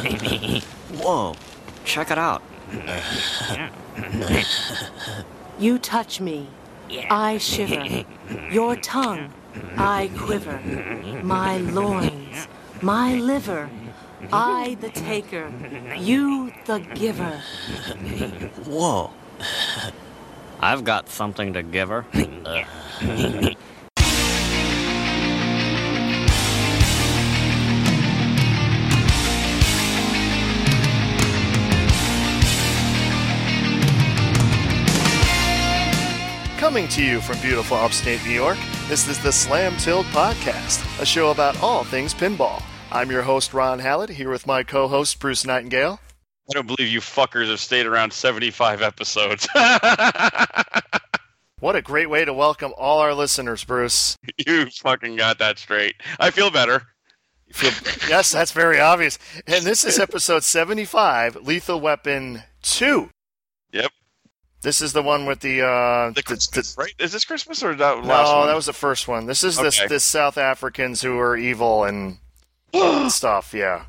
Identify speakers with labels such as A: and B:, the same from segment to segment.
A: Whoa, check it out.
B: You touch me, I shiver. Your tongue, I quiver. My loins, my liver. I the taker, you the giver.
A: Whoa. I've got something to give her.
C: Coming to you from beautiful upstate New York, this is the Slam Tilt Podcast, a show about all things pinball. I'm your host, Ron Hallett, here with my co host, Bruce Nightingale.
D: I don't believe you fuckers have stayed around 75 episodes.
C: What a great way to welcome all our listeners, Bruce.
D: you fucking got that straight. I feel better.
C: You feel- yes, that's very obvious. And this is episode 75 Lethal Weapon 2.
D: Yep.
C: This is the one with the. Uh,
D: The Christmas, right? Is this Christmas or that
C: no,
D: last one?
C: that was the first one. This is this
D: Okay.
C: this South Africans who are evil and stuff. Yeah,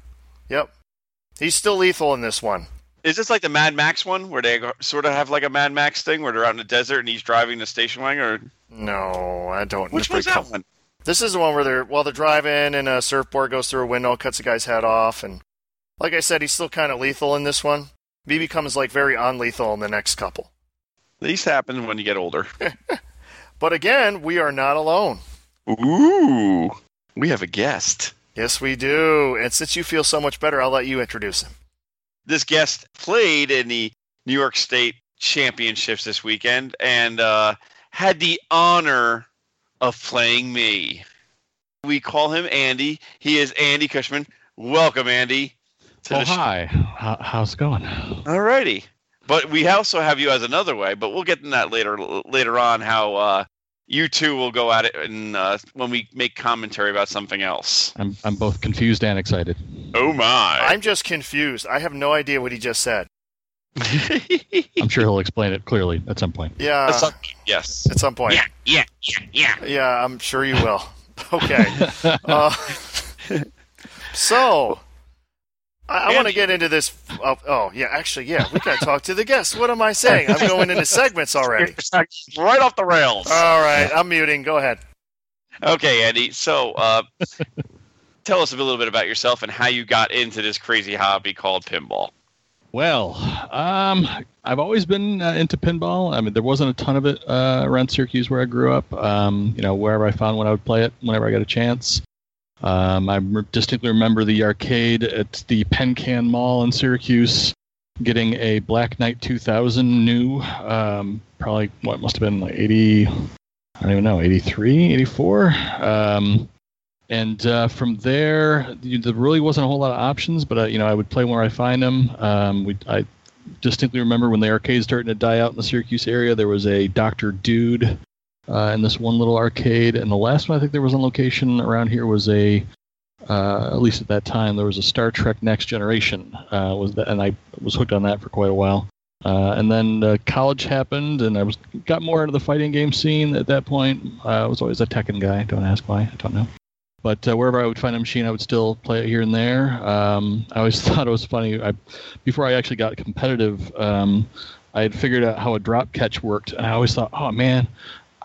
C: yep. He's still lethal in this one.
D: Is this like the Mad Max one where they sort of have like a Mad Max thing where they're out in the desert and he's driving the station wagon? Or
C: No, I don't.
D: which one's that one?
C: This is the one where they're well, they're driving and a surfboard goes through a window, cuts a guy's head off, and like I said, he's still kind of lethal in this one. He becomes like very unlethal in the next couple.
D: These happen when you get older.
C: But again, we are not alone.
D: Ooh, we have a guest.
C: Yes, we do. And since you feel so much better, I'll let you introduce him.
D: This guest played in the New York State Championships this weekend and uh, had the honor of playing me. We call him Andy. He is Andy Cushman. Welcome, Andy. to
E: Oh,
D: the show.
E: hi. How, how's it going?
D: Alrighty. But we also have you as another way, but we'll get in that later later on how uh, you two will go at it and uh, when we make commentary about something else.
E: I'm, I'm both confused and excited.
D: Oh my.
C: I'm just confused. I have no idea what he just said.
E: I'm sure he'll explain it clearly at some point.
C: Yeah,
D: That's not- yes.
C: Uh, at some point.
D: Yeah, yeah, yeah, yeah.
C: Yeah, I'm sure you will. Okay. uh, so, I, I want to
D: Andy.
C: get into this. Oh, oh, yeah, actually, yeah, we got to talk to the guests. What am I saying? I'm going into segments already.
D: Right off the rails.
C: All right, I'm muting. Go ahead.
D: okay, Andy. So uh, tell us a little bit about yourself and how you got into this crazy hobby called pinball.
E: Well, um, I've always been uh, into pinball. I mean, there wasn't a ton of it uh, around Syracuse where I grew up. Um, you know, wherever I found when I would play it, whenever I got a chance. Um, I re- distinctly remember the arcade at the Penn Can Mall in Syracuse, getting a Black Knight 2000 new. Um, probably what must have been like 80. I don't even know, 83, 84. Um, and uh, from there, you, there really wasn't a whole lot of options. But uh, you know, I would play where I find them. Um, we, I distinctly remember when the arcades started to die out in the Syracuse area. There was a Doctor Dude uh, in this one little arcade, and the last one I think there was on location around here was a. Uh, at least at that time, there was a Star Trek Next Generation. Uh, was that, and I was hooked on that for quite a while. Uh, and then uh, college happened, and I was got more into the fighting game scene at that point. Uh, I was always a Tekken guy. Don't ask why. I don't know. But uh, wherever I would find a machine, I would still play it here and there. Um, I always thought it was funny. I, before I actually got competitive, um, I had figured out how a drop catch worked, and I always thought, "Oh man,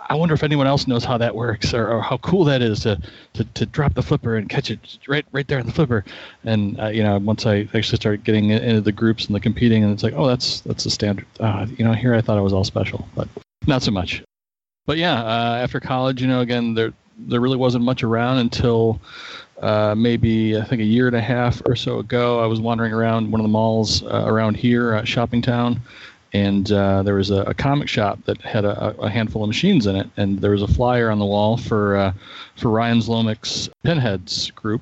E: I wonder if anyone else knows how that works, or, or how cool that is to, to, to drop the flipper and catch it right right there in the flipper." And uh, you know, once I actually started getting in- into the groups and the competing, and it's like, "Oh, that's that's the standard." Uh, you know, here I thought I was all special, but not so much. But yeah, uh, after college, you know, again, there there really wasn't much around until uh, maybe I think a year and a half or so ago. I was wandering around one of the malls uh, around here, uh, Shopping Town, and uh, there was a, a comic shop that had a, a handful of machines in it, and there was a flyer on the wall for uh, for Ryan Zlomick's Pinheads group,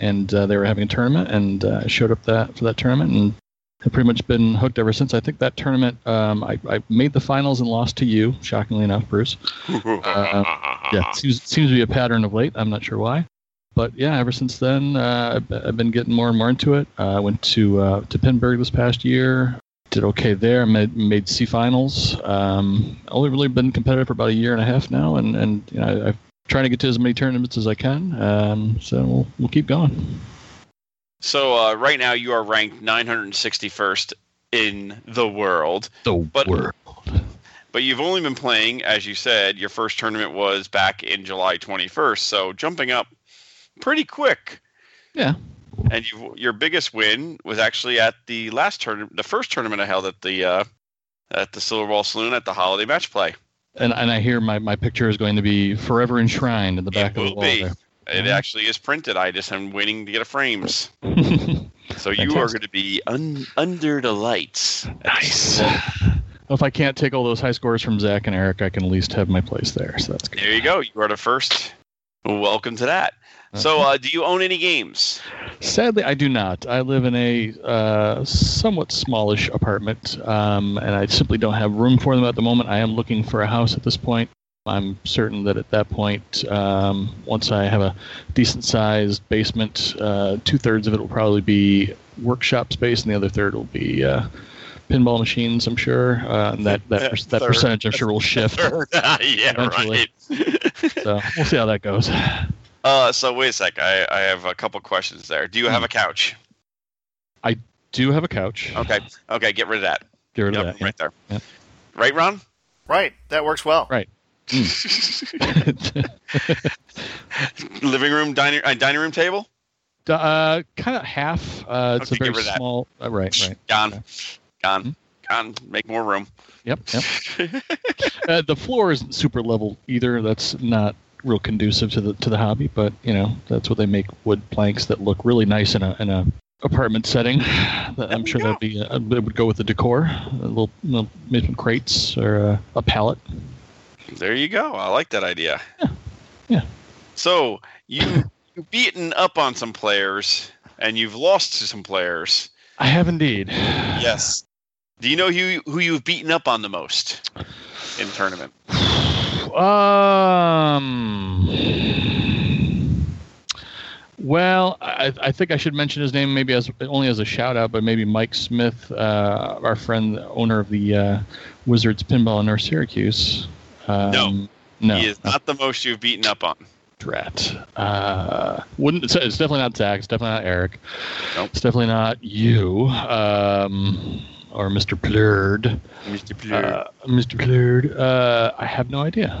E: and uh, they were having a tournament, and uh, I showed up that for that tournament and. Have pretty much been hooked ever since. I think that tournament, um, I, I made the finals and lost to you, shockingly enough, Bruce yeah,
D: Uh-huh.
E: it seems seems to be a pattern of late. I'm not sure why, but yeah, ever since then, uh, I've, I've been getting more and more into it. Uh, I went to uh, to Pittsburgh this past year, did okay there, made made C finals. Um, only really been competitive for about a year and a half now, and and you know, I- I've trying to get to as many tournaments as I can. Um, so we'll, we'll keep going.
D: So uh, right now you are ranked 961st in the world,
E: The
D: But-
E: world.
D: but you've only been playing, as you said, your first tournament was back in July 21st. So jumping up pretty quick.
E: Yeah.
D: And you, your biggest win was actually at the last tournament, the first tournament I held at the uh, at the Silver Ball Saloon at the Holiday Match Play.
E: And, and I hear my, my picture is going to be forever enshrined in the back
D: it
E: of the
D: will
E: wall
D: be.
E: there.
D: It
E: Mhm.
D: actually is printed. I just am waiting to get a frames. So you are
E: Fantastic.
D: going to be un- under the lights.
E: nice. Well, if I can't take all those high scores from Zach and Eric, I can at least have my place there. So that's good.
D: There you go. You are the first. Welcome to that. So, uh, do you own any games?
E: Sadly, I do not. I live in a uh, somewhat smallish apartment, um, and I simply don't have room for them at the moment. I am looking for a house at this point. I'm certain that at that point, um, once I have a decent sized basement, uh, two thirds of it will probably be workshop space, and the other third will be uh, pinball machines. I'm sure, uh, and that that, that
D: Third.
E: percentage I'm sure will shift.
D: yeah,
E: Eventually.
D: right.
E: So we'll see how that goes.
D: uh, so wait a sec. I, I have a couple questions there. Do you
E: Hmm.
D: have a couch?
E: Do have a couch.
D: Okay. Okay. Get rid of that.
E: Get rid of
D: Yep,
E: that.
D: Right there.
E: Yeah.
D: Right, Ron.
C: Right. That works well.
E: Right.
D: Living room, dining, uh, dining room table.
E: D- Uh, kind of half. Uh, it's
D: Okay,
E: a
D: give her
E: very
D: that.
E: small. Uh, right, right.
D: Gone.
E: Okay.
D: Gone.
E: Hmm?
D: Gone. Make more room.
E: Yep, yep. uh, the floor isn't super level either. That's not real conducive to the to the hobby, but you know that's what they make wood planks that look really nice in a in a apartment setting. That I'm
D: we
E: sure
D: go.
E: that'd be uh, that would go with the decor. A little, little maybe some crates or uh, a pallet.
D: There you go. I like that idea.
E: Yeah.
D: So you you've beaten up on some players and you've lost to some players.
E: I have indeed.
D: Yes. Do you know who who you've beaten up on the most in tournament?
E: Um. Well, I, I think I should mention his name maybe as only as a shout out, but maybe Mike Smith, uh, our friend, the owner of the uh, Wizards Pinball in North Syracuse. Um,
D: No.
E: no,
D: he is not the most you've beaten up on.
E: Drat. Uh, wouldn't it's, it's definitely not Zach. It's definitely not Eric.
D: Nope.
E: It's definitely not you um, or Mr. Plurd.
D: Mr.
E: Uh, Mr. Plurd. Uh, I have no idea.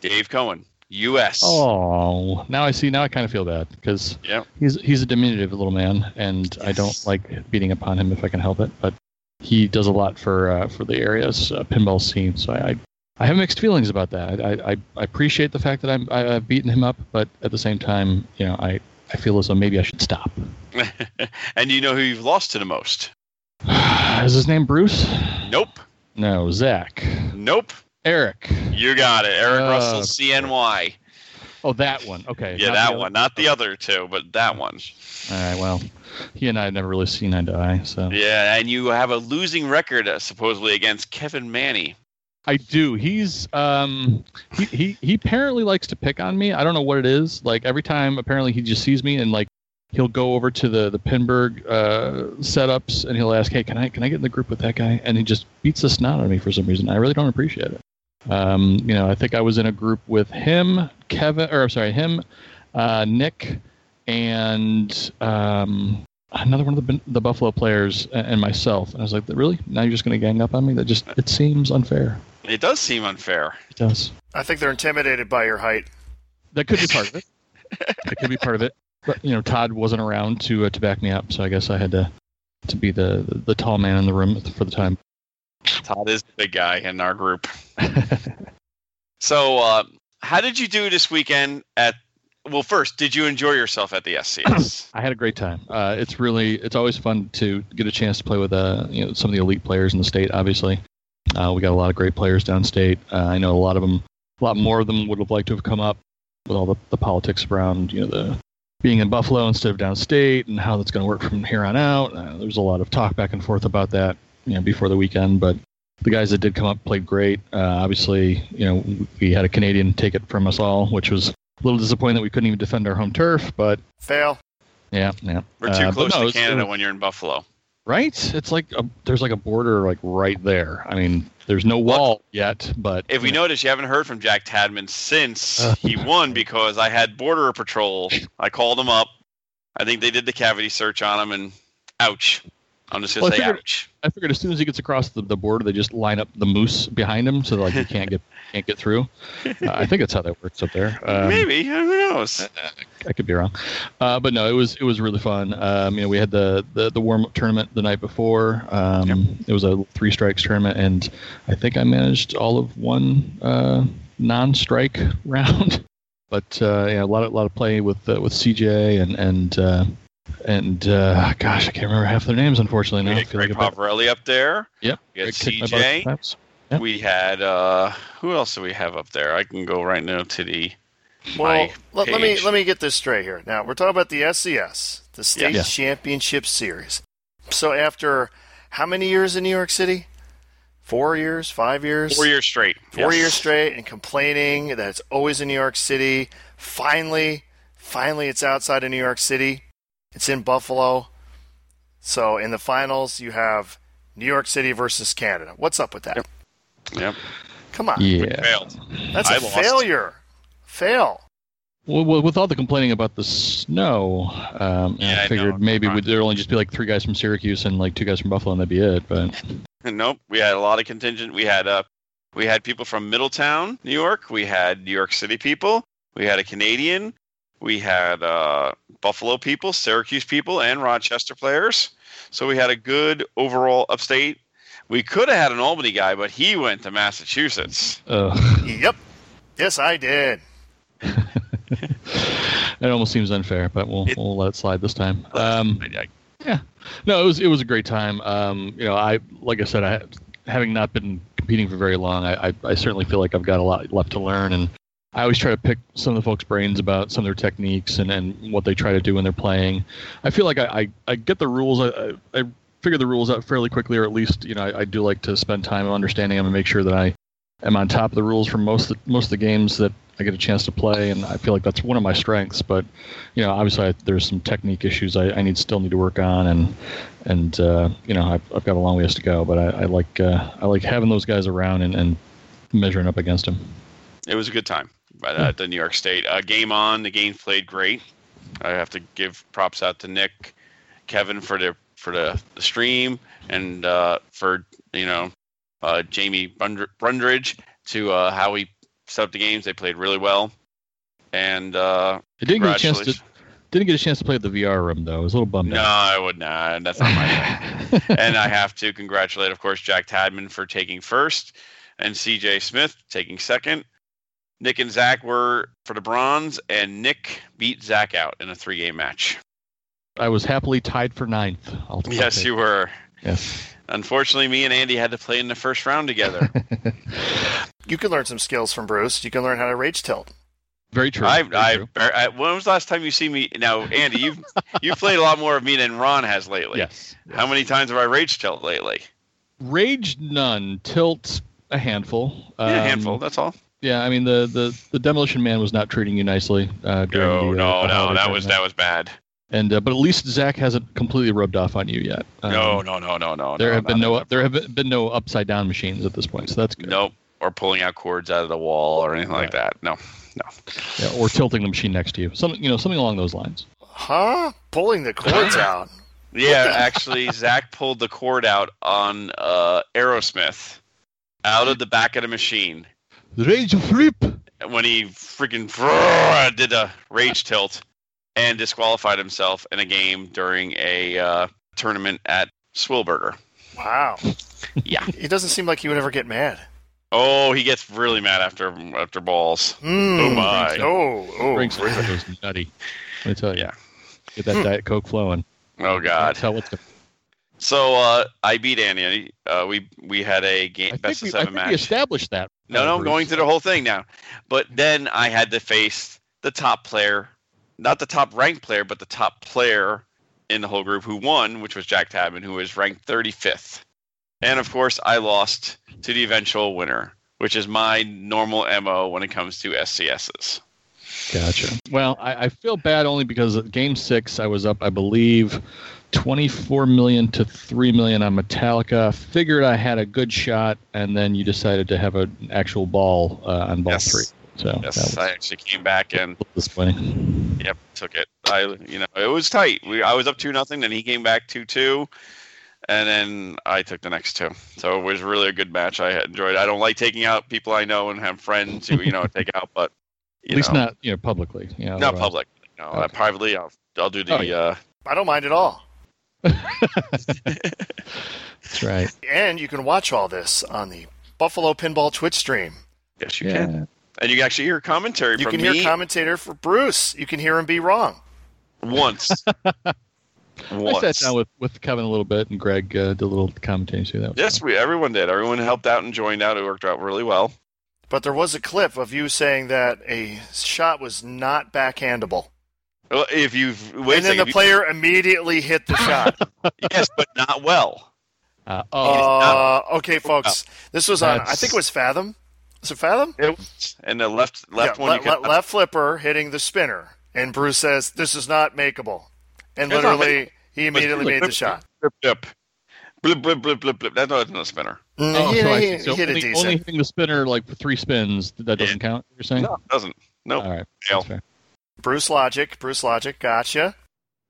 D: Dave Cohen, U.S.
E: Oh, now I see. Now I kind of feel bad because
D: Yep.
E: he's he's a diminutive little man, and I don't
D: Yes.
E: like beating upon him if I can help it. But he does a lot for uh, for the area's uh, pinball scene, so I, I I have mixed feelings about that. I I, I appreciate the fact that I'm I, I've beaten him up, but at the same time, you know, I I feel as though maybe I should stop.
D: and do you know who you've lost to the most?
E: Is his name Bruce?
D: Nope.
E: No, Zach.
D: Nope.
E: Eric.
D: You got it. Eric
E: Uh,
D: Russell, CNY.
E: Oh, that one. Okay.
D: Yeah,
E: not the
D: that
E: other-
D: one. Not the other two, but that one.
E: All right. Well, he and I have never really seen eye to eye, so.
D: Yeah, and you have a losing record uh, supposedly against Kevin Manny.
E: I do. He's um he, he he apparently likes to pick on me. I don't know what it is. Like every time apparently he just sees me and like he'll go over to the the Pinburg uh setups and he'll ask, "Hey, can I can I get in the group with that guy?" And he just beats the snot out of me for some reason. I really don't appreciate it. Um, you know, I think I was in a group with him, Kevin, or I'm sorry, him, uh, Nick, and um, another one of the, the Buffalo players, a- and myself. And I was like, "Really? Now you're just going to gang up on me? That just it seems unfair."
D: It does seem unfair.
E: It does.
C: I think they're intimidated by your height.
E: That could be part of it. that could be part of it. But you know, Todd wasn't around to uh, to back me up, so I guess I had to to be the the, tall man in the room for the time.
D: Todd is the big guy in our group. So, uh, how did you do this weekend at? Well, first, did you enjoy yourself at the SCS?
E: I had a great time. Uh, it's really it's always fun to get a chance to play with uh you know some of the elite players in the state. Obviously, uh, we got a lot of great players downstate. Uh, I know a lot of them, a lot more of them would have liked to have come up with all the, the politics around you know the being in Buffalo instead of downstate and how that's going to work from here on out. Uh, there was a lot of talk back and forth about that you know before the weekend, but the guys that did come up played great. Uh, obviously, you know we had a Canadian take it from us all, which was a little disappointing that we couldn't even defend our home turf, but
C: Fail.
E: yeah, yeah.
D: We're too
E: Uh, but
D: close
E: no, it
D: to
E: was-
D: Canada when you're in Buffalo.
E: right? It's like a, there's like a border like right there. I mean, there's no wall yet, but
D: If we
E: you know,
D: notice, you haven't heard from Jack Tadman since
E: Uh.
D: he won because I had Border Patrol. I called him up. I think they did the cavity search on him, and ouch. I'm just gonna
E: Well, I
D: say
E: figured-
D: ouch.
E: I figured as soon as he gets across the, the border, they just line up the moose behind him, so like he can't get can't get through. Uh, I think that's how that works up there. Um,
D: Maybe who knows?
E: I could be wrong, uh, but no, it was it was really fun. Um, you know, we had the the, the warm up tournament the night before. Um, It was a three strikes tournament, and I think I managed all of one uh, non strike round. But uh, yeah, a lot of, lot of play with uh, with CJ and and uh, and uh, gosh, I can't remember half their names unfortunately
D: We
E: now.
D: had
E: Feel like
D: Greg
E: a bad-
D: Pavarelli up there.
E: Yep.
D: We had
E: Greg kicked my butt
D: CJ.
E: sometimes. Yep.
D: We had uh, who else do we have up there? I can go right now to the
C: Well,
D: my
C: let, let me
D: page.
C: let me get this straight here. Now we're talking about the SCS, the state
E: Yeah.
C: championship series. So after how many years in New York City? Four years, five years,
D: four years straight.
C: four
D: Yes.
C: years straight, and complaining that it's always in New York City. Finally, finally, it's outside of New York City. It's in Buffalo. So in the finals, you have New York City versus Canada. What's up with that?
D: Yep.
C: Come on,
E: Yeah.
D: Failed.
C: that's a
D: I lost.
C: failure. Fail.
E: Well, well, with all the complaining about the snow, um,
D: Yeah, I
E: I figured
D: know.
E: maybe would there'd only just be like three guys from Syracuse and like two guys from Buffalo, and that'd be it. But
D: Nope. We had a lot of contingent. We had uh, we had people from Middletown, New York. We had New York City people. We had a Canadian. We had uh, Buffalo people, Syracuse people, and Rochester players. So we had a good overall upstate. We could have had an Albany guy, but he went to Massachusetts.
E: uh,
C: Yep. Yes, I did.
E: it almost seems unfair. But we'll
D: It-
E: we'll let it slide this time. Um,
D: I- I-
E: yeah, no, it was it was a great time. Um, you know, I like I said, I having not been competing for very long, I, I, I certainly feel like I've got a lot left to learn, and I always try to pick some of the folks' brains about some of their techniques and, and what they try to do when they're playing. I feel like I, I, I get the rules. I, I, I figure the rules out fairly quickly, or at least you know I, I do like to spend time understanding them and make sure that I am on top of the rules for most of, most of the games that I get a chance to play, and I feel like that's one of my strengths. But you know, obviously I, there's some technique issues I, I need still need to work on, and and uh, you know I've, I've got a long ways to go. But I, I like uh, I like having those guys around and, and measuring up against them.
D: it was a good time at uh, the New York State uh, game on. The game played great. I have to give props out to Nick, Kevin for the for the, the stream, and uh, for you know uh, Jamie Brundr- Brundridge to uh, how he set up the games. They played really well, and uh,
E: I didn't get a chance to
D: Congratulations.
E: didn't get a chance to play at the VR room though. I was a little bummed
D: no,
E: out.
D: I would not. That's not my thing. and I have to congratulate, of course, Jack Tadman for taking first and CJ Smith taking second. Nick and Zach were for the bronze, and Nick beat Zach out in a three game match.
E: I was happily tied for ninth. I'll- I'll
D: Yes,
E: take
D: you were.
E: it. Yes.
D: Unfortunately, me and Andy had to play in the first round together.
C: You can learn some skills from Bruce. You can learn how to rage tilt.
E: Very true.
D: I,
E: Very
D: I, er,
E: true.
D: I, when was the last time you see me? Now, Andy, you've you played a lot more of me than Ron has lately.
E: yes.
D: How many times have I rage tilt lately?
E: Rage none. Tilt a handful.
D: yeah, a
E: Um,
D: handful. That's all.
E: Yeah, I mean the, the, the demolition man was not treating you nicely. Uh, during
D: No,
E: the,
D: no,
E: uh, the
D: no.
E: holiday
D: That was
E: tournament.
D: that was bad.
E: And uh, but at least Zach hasn't completely rubbed off on you yet. Um,
D: no, no, no, no, no.
E: There
D: no,
E: have been
D: not-
E: no there have been no upside down machines at this point, so that's good.
D: Nope. Or pulling out cords out of the wall or anything like that. No.
E: Yeah, or tilting the machine next to you, something you know, something along those lines.
C: Huh? Pulling the cords out.
D: Yeah, actually, Zach pulled the cord out on uh, Aerosmith out of the back of the machine
E: Rage flip.
D: when he freaking did a rage tilt and disqualified himself in a game during a uh, tournament at Swilberger.
C: Wow.
D: Yeah.
C: It doesn't seem like he would ever get mad.
D: Oh, he gets really mad after after balls.
C: Mm.
D: Oh my.
C: Oh, oh.
E: Brings goes nutty. Let me tell you.
D: Yeah. Hmm.
E: Get that diet coke flowing.
D: Oh God.
E: Tell what's going
D: So uh, I beat Andy. Uh, we we had a
E: I
D: game
E: think,
D: best
E: we,
D: of
E: I
D: seven
E: think
D: match.
E: we established that.
D: No, no, I'm
E: Bruce.
D: going through the whole thing now. But then I had to face the top player, not the top ranked player, but the top player in the whole group who won, which was Jack Tadman, who was ranked 35th. And of course, I lost to the eventual winner, which is my normal MO when it comes to SCSs.
E: Gotcha. Well, I, I feel bad only because at game six, I was up, I believe, 24 million to 3 million on Metallica. Figured I had a good shot, and then you decided to have an actual ball uh, on ball
D: Yes.
E: three. So that
D: Yes,
E: was
D: I actually came back and
E: disappointing.
D: Yep, took it. I you know it was tight. We I was up two nothing, then he came back two two, and then I took the next two. So it was really a good match. I enjoyed. It. I don't like taking out people I know and have friends who you know take out, but you
E: At least
D: know,
E: not you know publicly. You know,
D: not
E: otherwise-
D: public. No, uh,
E: Okay.
D: privately I'll I'll do the
E: Oh, yeah.
D: uh,
C: I don't mind at all.
E: That's right.
C: And you can watch all this on the Buffalo Pinball Twitch stream.
D: yes you can, and you can actually hear commentary
C: You
D: from
C: can hear
D: me
C: commentator for Bruce. You can hear him be wrong.
D: once.
E: I
D: once.
E: sat down with, with Kevin a little bit, and Greg uh, did a little commentating too. That was
D: yes,
E: fun.
D: we everyone did. Everyone helped out and joined out. It worked out really well.
C: But there was a clip of you saying that a shot was not backhandable.
D: Well, If you've wait
C: and
D: a
C: then
D: second,
C: the
D: if you-
C: player immediately hit the shot.
D: yes, but not well.
E: Uh, oh,
C: uh, okay, folks. This was on, I
E: That's-
C: think it was Fathom. Was it Fathom?
D: It was- and the left left
C: Yeah,
D: one
C: le-
D: you
C: le-
D: could,
C: left flipper hitting the spinner. And Bruce says, This is not makeable. And
D: It's not
C: literally, he immediately made the shot.
D: Blip, blip. Blip, blip, blip, blip, blip. That's not, that's not a spinner.
C: Mm,
E: oh,
C: he,
E: so I
C: he-
E: see. So
C: he hit it
E: only,
C: decent.
E: only hitting the spinner like for three spins that doesn't count. You're saying?
D: No, it doesn't. Nope.
E: All right.
D: No.
E: That's fair.
C: Bruce Logic, Bruce Logic, gotcha.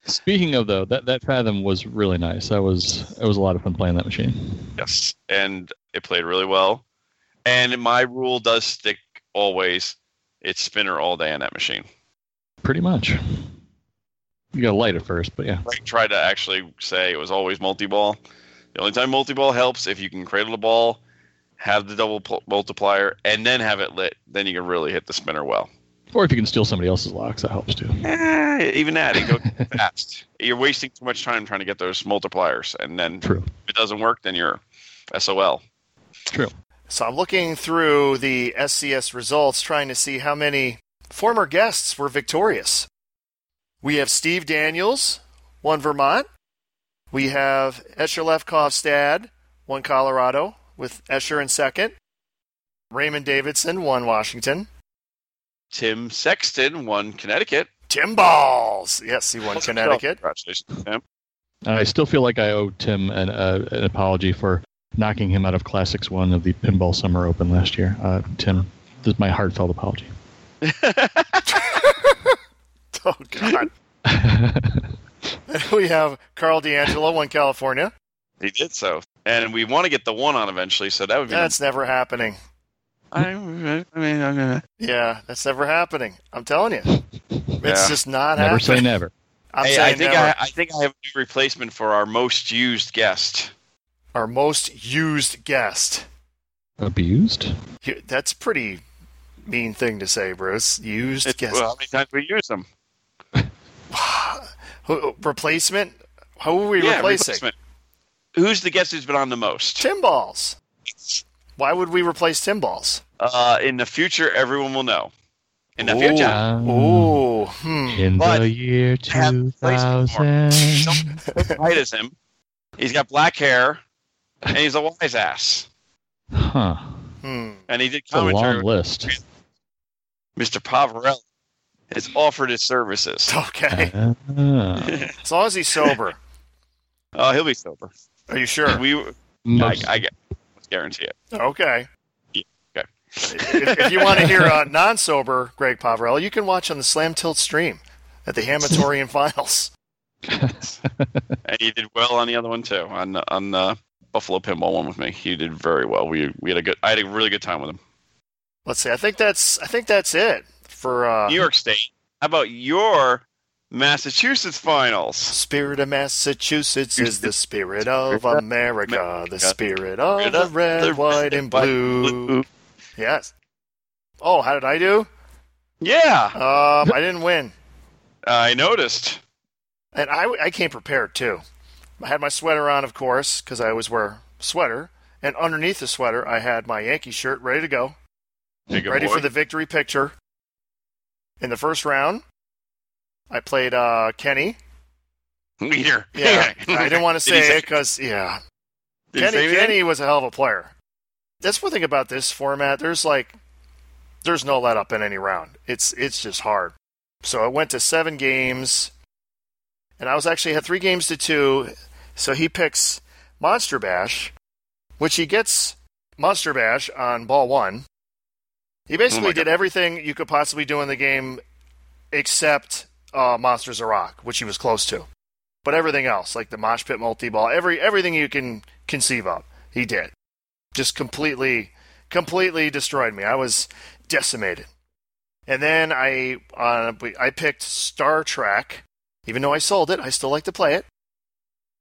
E: Speaking of though, that, that Fathom was really nice. That was it was a lot of fun playing that machine.
D: Yes. And it played really well. And my rule does stick always. It's spinner all day on that machine.
E: Pretty much. You got to light it first, but yeah.
D: I try to actually say it was always multi ball. The only time multi ball helps if you can cradle the ball, have the double pl- multiplier, and then have it lit. Then you can really hit the spinner well.
E: Or if you can steal somebody else's locks, that helps too.
D: Eh, even that, it goes fast. You're wasting too much time trying to get those multipliers. And then
E: True.
D: if it doesn't work, then you're SOL.
E: True.
C: So I'm looking through the SCS results, trying to see how many former guests were victorious. We have Steve Daniels, one Vermont. We have Escher Lefkofstad, one Colorado, with Escher in second. Raymond Davidson, one Washington.
D: Tim Sexton won Connecticut.
C: Tim Balls, yes, he won Connecticut.
D: Congratulations, Tim.
E: Uh, I still feel like I owe Tim an, uh, an apology for knocking him out of Classics One of the Pinball Summer Open last year. Uh, Tim, this is my heartfelt apology.
C: Oh God. we have Carl D'Angelo, one California.
D: He did so. And we want to get the one on eventually, so that would be.
C: That's never happening.
D: I, I mean, I'm gonna.
C: Yeah, that's never happening. I'm telling you, it's
D: Yeah.
C: just not
E: never say
C: happening.
E: never.
C: I'm
D: Hey,
C: saying
D: I think
C: never.
D: I, I think I have a new replacement for our most used guest.
C: our most used guest.
E: Abused?
C: You- That's pretty mean thing to say, Bruce. Used
D: It's-
C: guest
D: well, how many times we use them?
C: Who- replacement. Who are we
D: yeah,
C: replacing?
D: replacement. Who's the guest who's been on the most?
C: Tim Balls. Why would we replace Tim Balls?
D: Uh, in the future, everyone will know. In the future,
E: Um,
C: Ooh, hmm.
E: In
D: But
E: the year
D: have the place for
E: 2000.
D: White is him. He's got black hair, and he's a wise ass.
E: Huh.
C: hmm.
D: And he did
E: It's a long
D: commentary.
E: list.
D: Mr. Pavarelli has offered his services.
C: Okay,
E: Ah.
C: as long as he's sober.
D: Oh, he'll be sober.
C: Are you sure?
D: We, I,
E: Most-
D: I, let's guarantee it.
C: Okay.
D: Yeah, okay.
C: if, if you want to hear uh, non-sober Greg Pavarelli, you can watch on the Slam Tilt stream at the Hamatorian Finals.
D: And he did well on the other one too. On on uh, Buffalo Pinball one with me, he did very well. We we had a good. I had a really good time with him.
C: Let's see. I think that's. I think that's it for uh,
D: New York State. How about your Massachusetts finals?
C: Spirit of Massachusetts is the spirit of America, the spirit of the
D: Spirit of
C: red,
D: the
C: white,
D: red,
C: and
D: white,
C: blue.
D: Blue.
C: Yes. Oh, how did I do?
D: Yeah,
C: Um, I didn't win,
D: I noticed.
C: and I, I came prepared too. I had my sweater on, of course, because I always wear a sweater, and underneath the sweater, I had my Yankee shirt ready to go.
D: Big
C: ready
D: boy.
C: for the victory picture. In the first round, I played uh, Kenny.
D: leader.
C: Yeah, I didn't want to
D: Did he
C: say it because yeah,
D: did he say
C: Kenny
D: anything?
C: Kenny was a hell of a player. That's one thing about this format. There's like there's no let up in any round. It's it's just hard. So it went to seven games, and I was actually had three games to two. So he picks Monster Bash, which he gets Monster Bash on ball one. He basically
D: Oh my
C: did
D: God.
C: everything you could possibly do in the game, except uh, Monsters of Rock, which he was close to. But everything else, like the mosh pit multi ball, every everything you can conceive of, he did. Just completely, completely destroyed me. I was decimated. And then I uh, we- I picked Star Trek. Even though I sold it, I still like to play it.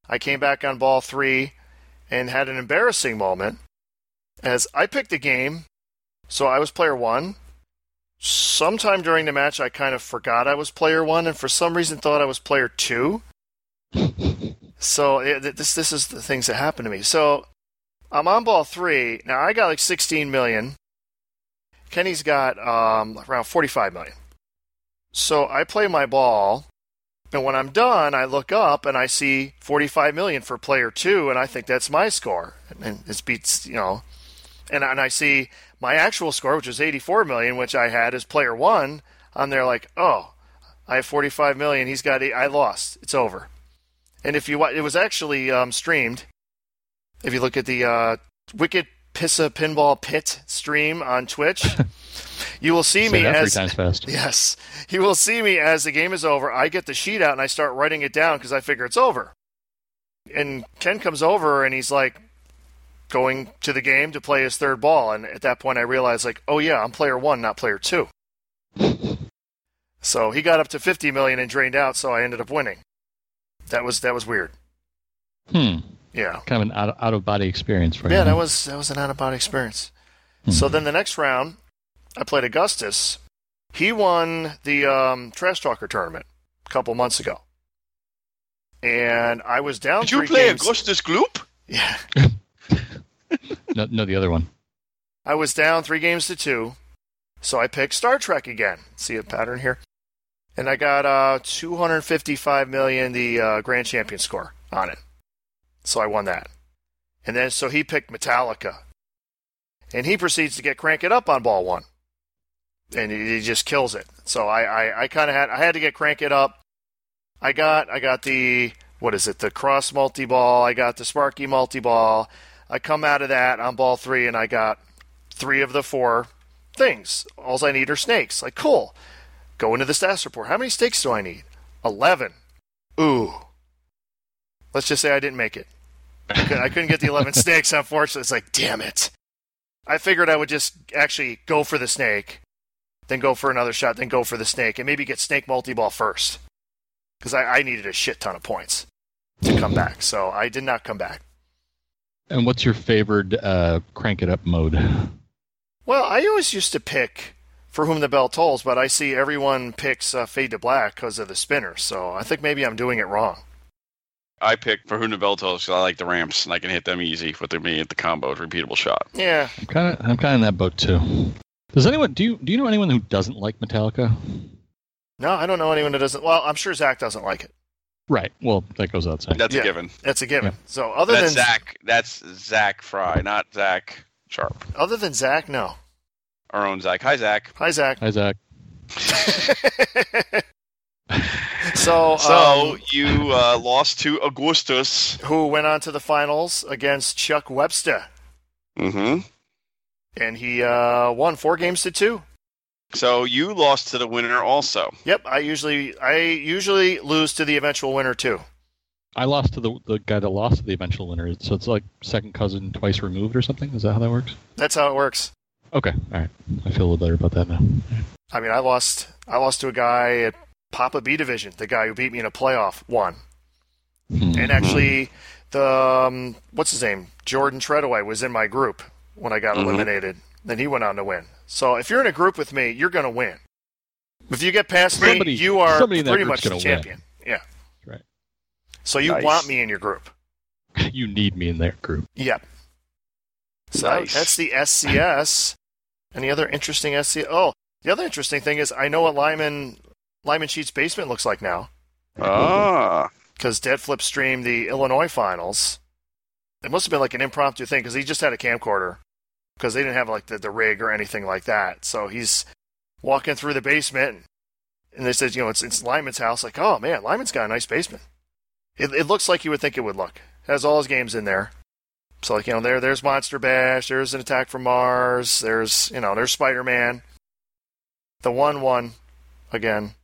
C: I came back on ball three and had an embarrassing moment as I picked a game. So I was player one. Sometime during the match, I kind of forgot I was player one, and for some reason thought I was player two. So it, th- this this is the things that happen to me. So I'm on ball three now. I got like 16 million. Kenny's got um, around 45 million. So I play my ball, and when I'm done, I look up and I see 45 million for player two, and I think that's my score, and it beats you know, and and I see my actual score, which was 84 million, which I had as player one. I'm there like, oh, I have 45 million. He's got, eight, I lost. It's over. And if you, wa- it was actually um, streamed. If you look at the uh, Wicked Pissa Pinball Pit stream on Twitch, you will see
E: Say
C: me
E: that
C: as
E: three times fast.
C: Yes. He will see me as the game is over. I get the sheet out and I start writing it down because I figure it's over. And Ken comes over and he's like going to the game to play his third ball. And at that point, I realize, like, oh, yeah, I'm player one, not player two. So he got up to 50 million and drained out, so I ended up winning. That was that was weird.
E: Hmm.
C: Yeah.
E: Kind of an out, out of body experience for you.
C: Yeah,
E: huh? Hmm.
C: that was that was an out of body experience. So then the next round, I played Augustus. He won the um, Trash Talker tournament a couple months ago, and I was down.
D: Did you
C: three
D: play
C: games.
D: Augustus Gloop?
C: Yeah,
E: no, no, the other one.
C: I was down three games to two, so I picked Star Trek again. See a pattern here, and I got uh, 255 million the uh, grand champion score on it. So I won that, and then so he picked Metallica, and he proceeds to get crank it up on ball one, and he, he just kills it. So I I, I kind of had I had to get crank it up. I got I got the what is it the cross multi ball. I got the Sparky multi ball. I come out of that on ball three, and I got three of the four things. Alls I need are snakes. Like, cool. Go into the stats report. How many snakes do I need? 11. Ooh. Let's just say I didn't make it. I cou- I couldn't get the 11 snakes, unfortunately. It's like, damn it. I figured I would just actually go for the snake, then go for another shot, then go for the snake, and maybe get snake multi ball first. Because I, I needed a shit ton of points to come back. So I did not come back.
E: And what's your favored uh, crank it up mode?
C: Well, I always used to pick for whom the bell tolls, but I see everyone picks uh, fade to black because of the spinner. So I think maybe I'm doing it wrong.
D: I picked for Hunabelto because I like the ramps and I can hit them easy with the, me at the combo, repeatable shot.
C: Yeah,
E: I'm kind of I'm kind of in that boat too. Does anyone do you do you know anyone who doesn't like Metallica?
C: no, I don't know anyone that doesn't. Well, I'm sure Zach doesn't like it.
E: Right. Well, that goes outside.
D: That's
C: Yeah.
D: a given.
C: That's a given.
E: Yeah.
C: So other
D: that's
C: than
D: Zach. That's Zach Fry, not Zach Sharp.
C: other than Zach, no.
D: Our own Zach. Hi, Zach.
C: Hi, Zach.
E: Hi, Zach.
C: so
D: So
C: um,
D: you uh, lost to Augustus.
C: who went on to the finals against Chuck Webster,
D: Mm-hmm.
C: and he uh, won four games to two.
D: So you lost to the winner also.
C: Yep, I usually I usually lose to the eventual winner too.
E: I lost to the the guy that lost to the eventual winner. So it's like second cousin twice removed or something. Is that how that works?
C: That's how it works.
E: Okay. All right. I feel a little better about that now.
C: I mean, I lost. I lost to a guy at Papa B Division. The guy who beat me in a playoff won.
E: Hmm.
C: And actually, the um, what's his name, Jordan Treadaway, was in my group when I got
E: Mm-hmm.
D: Mhm.
C: eliminated. Then he went on to win. So if you're in a group with me, you're going to win. If you get past me,
E: Somebody-
C: you are
E: somebody in that
C: pretty much
E: group's
C: the
E: gonna win.
C: champion. Yeah.
E: Right.
C: So you
D: Nice.
C: want me in your group?
E: You need me in that group.
C: Yep. So
D: Nice.
C: that's the SCS. Any other interesting SCS? Oh, the other interesting thing is I know what Lyman Lyman Sheets basement looks like now
D: Ah.
C: because Deadflip streamed the Illinois finals. It must have been like an impromptu thing because he just had a camcorder because they didn't have like the, the rig or anything like that. So he's walking through the basement, and, and they said, you know, it's it's Lyman's house. Like, oh man, Lyman's got a nice basement. It, it looks like you would think it would look. Has all his games in there. So like you know, there there's Monster Bash, there's an Attack from Mars, there's you know, there's Spider Man. The one one, again.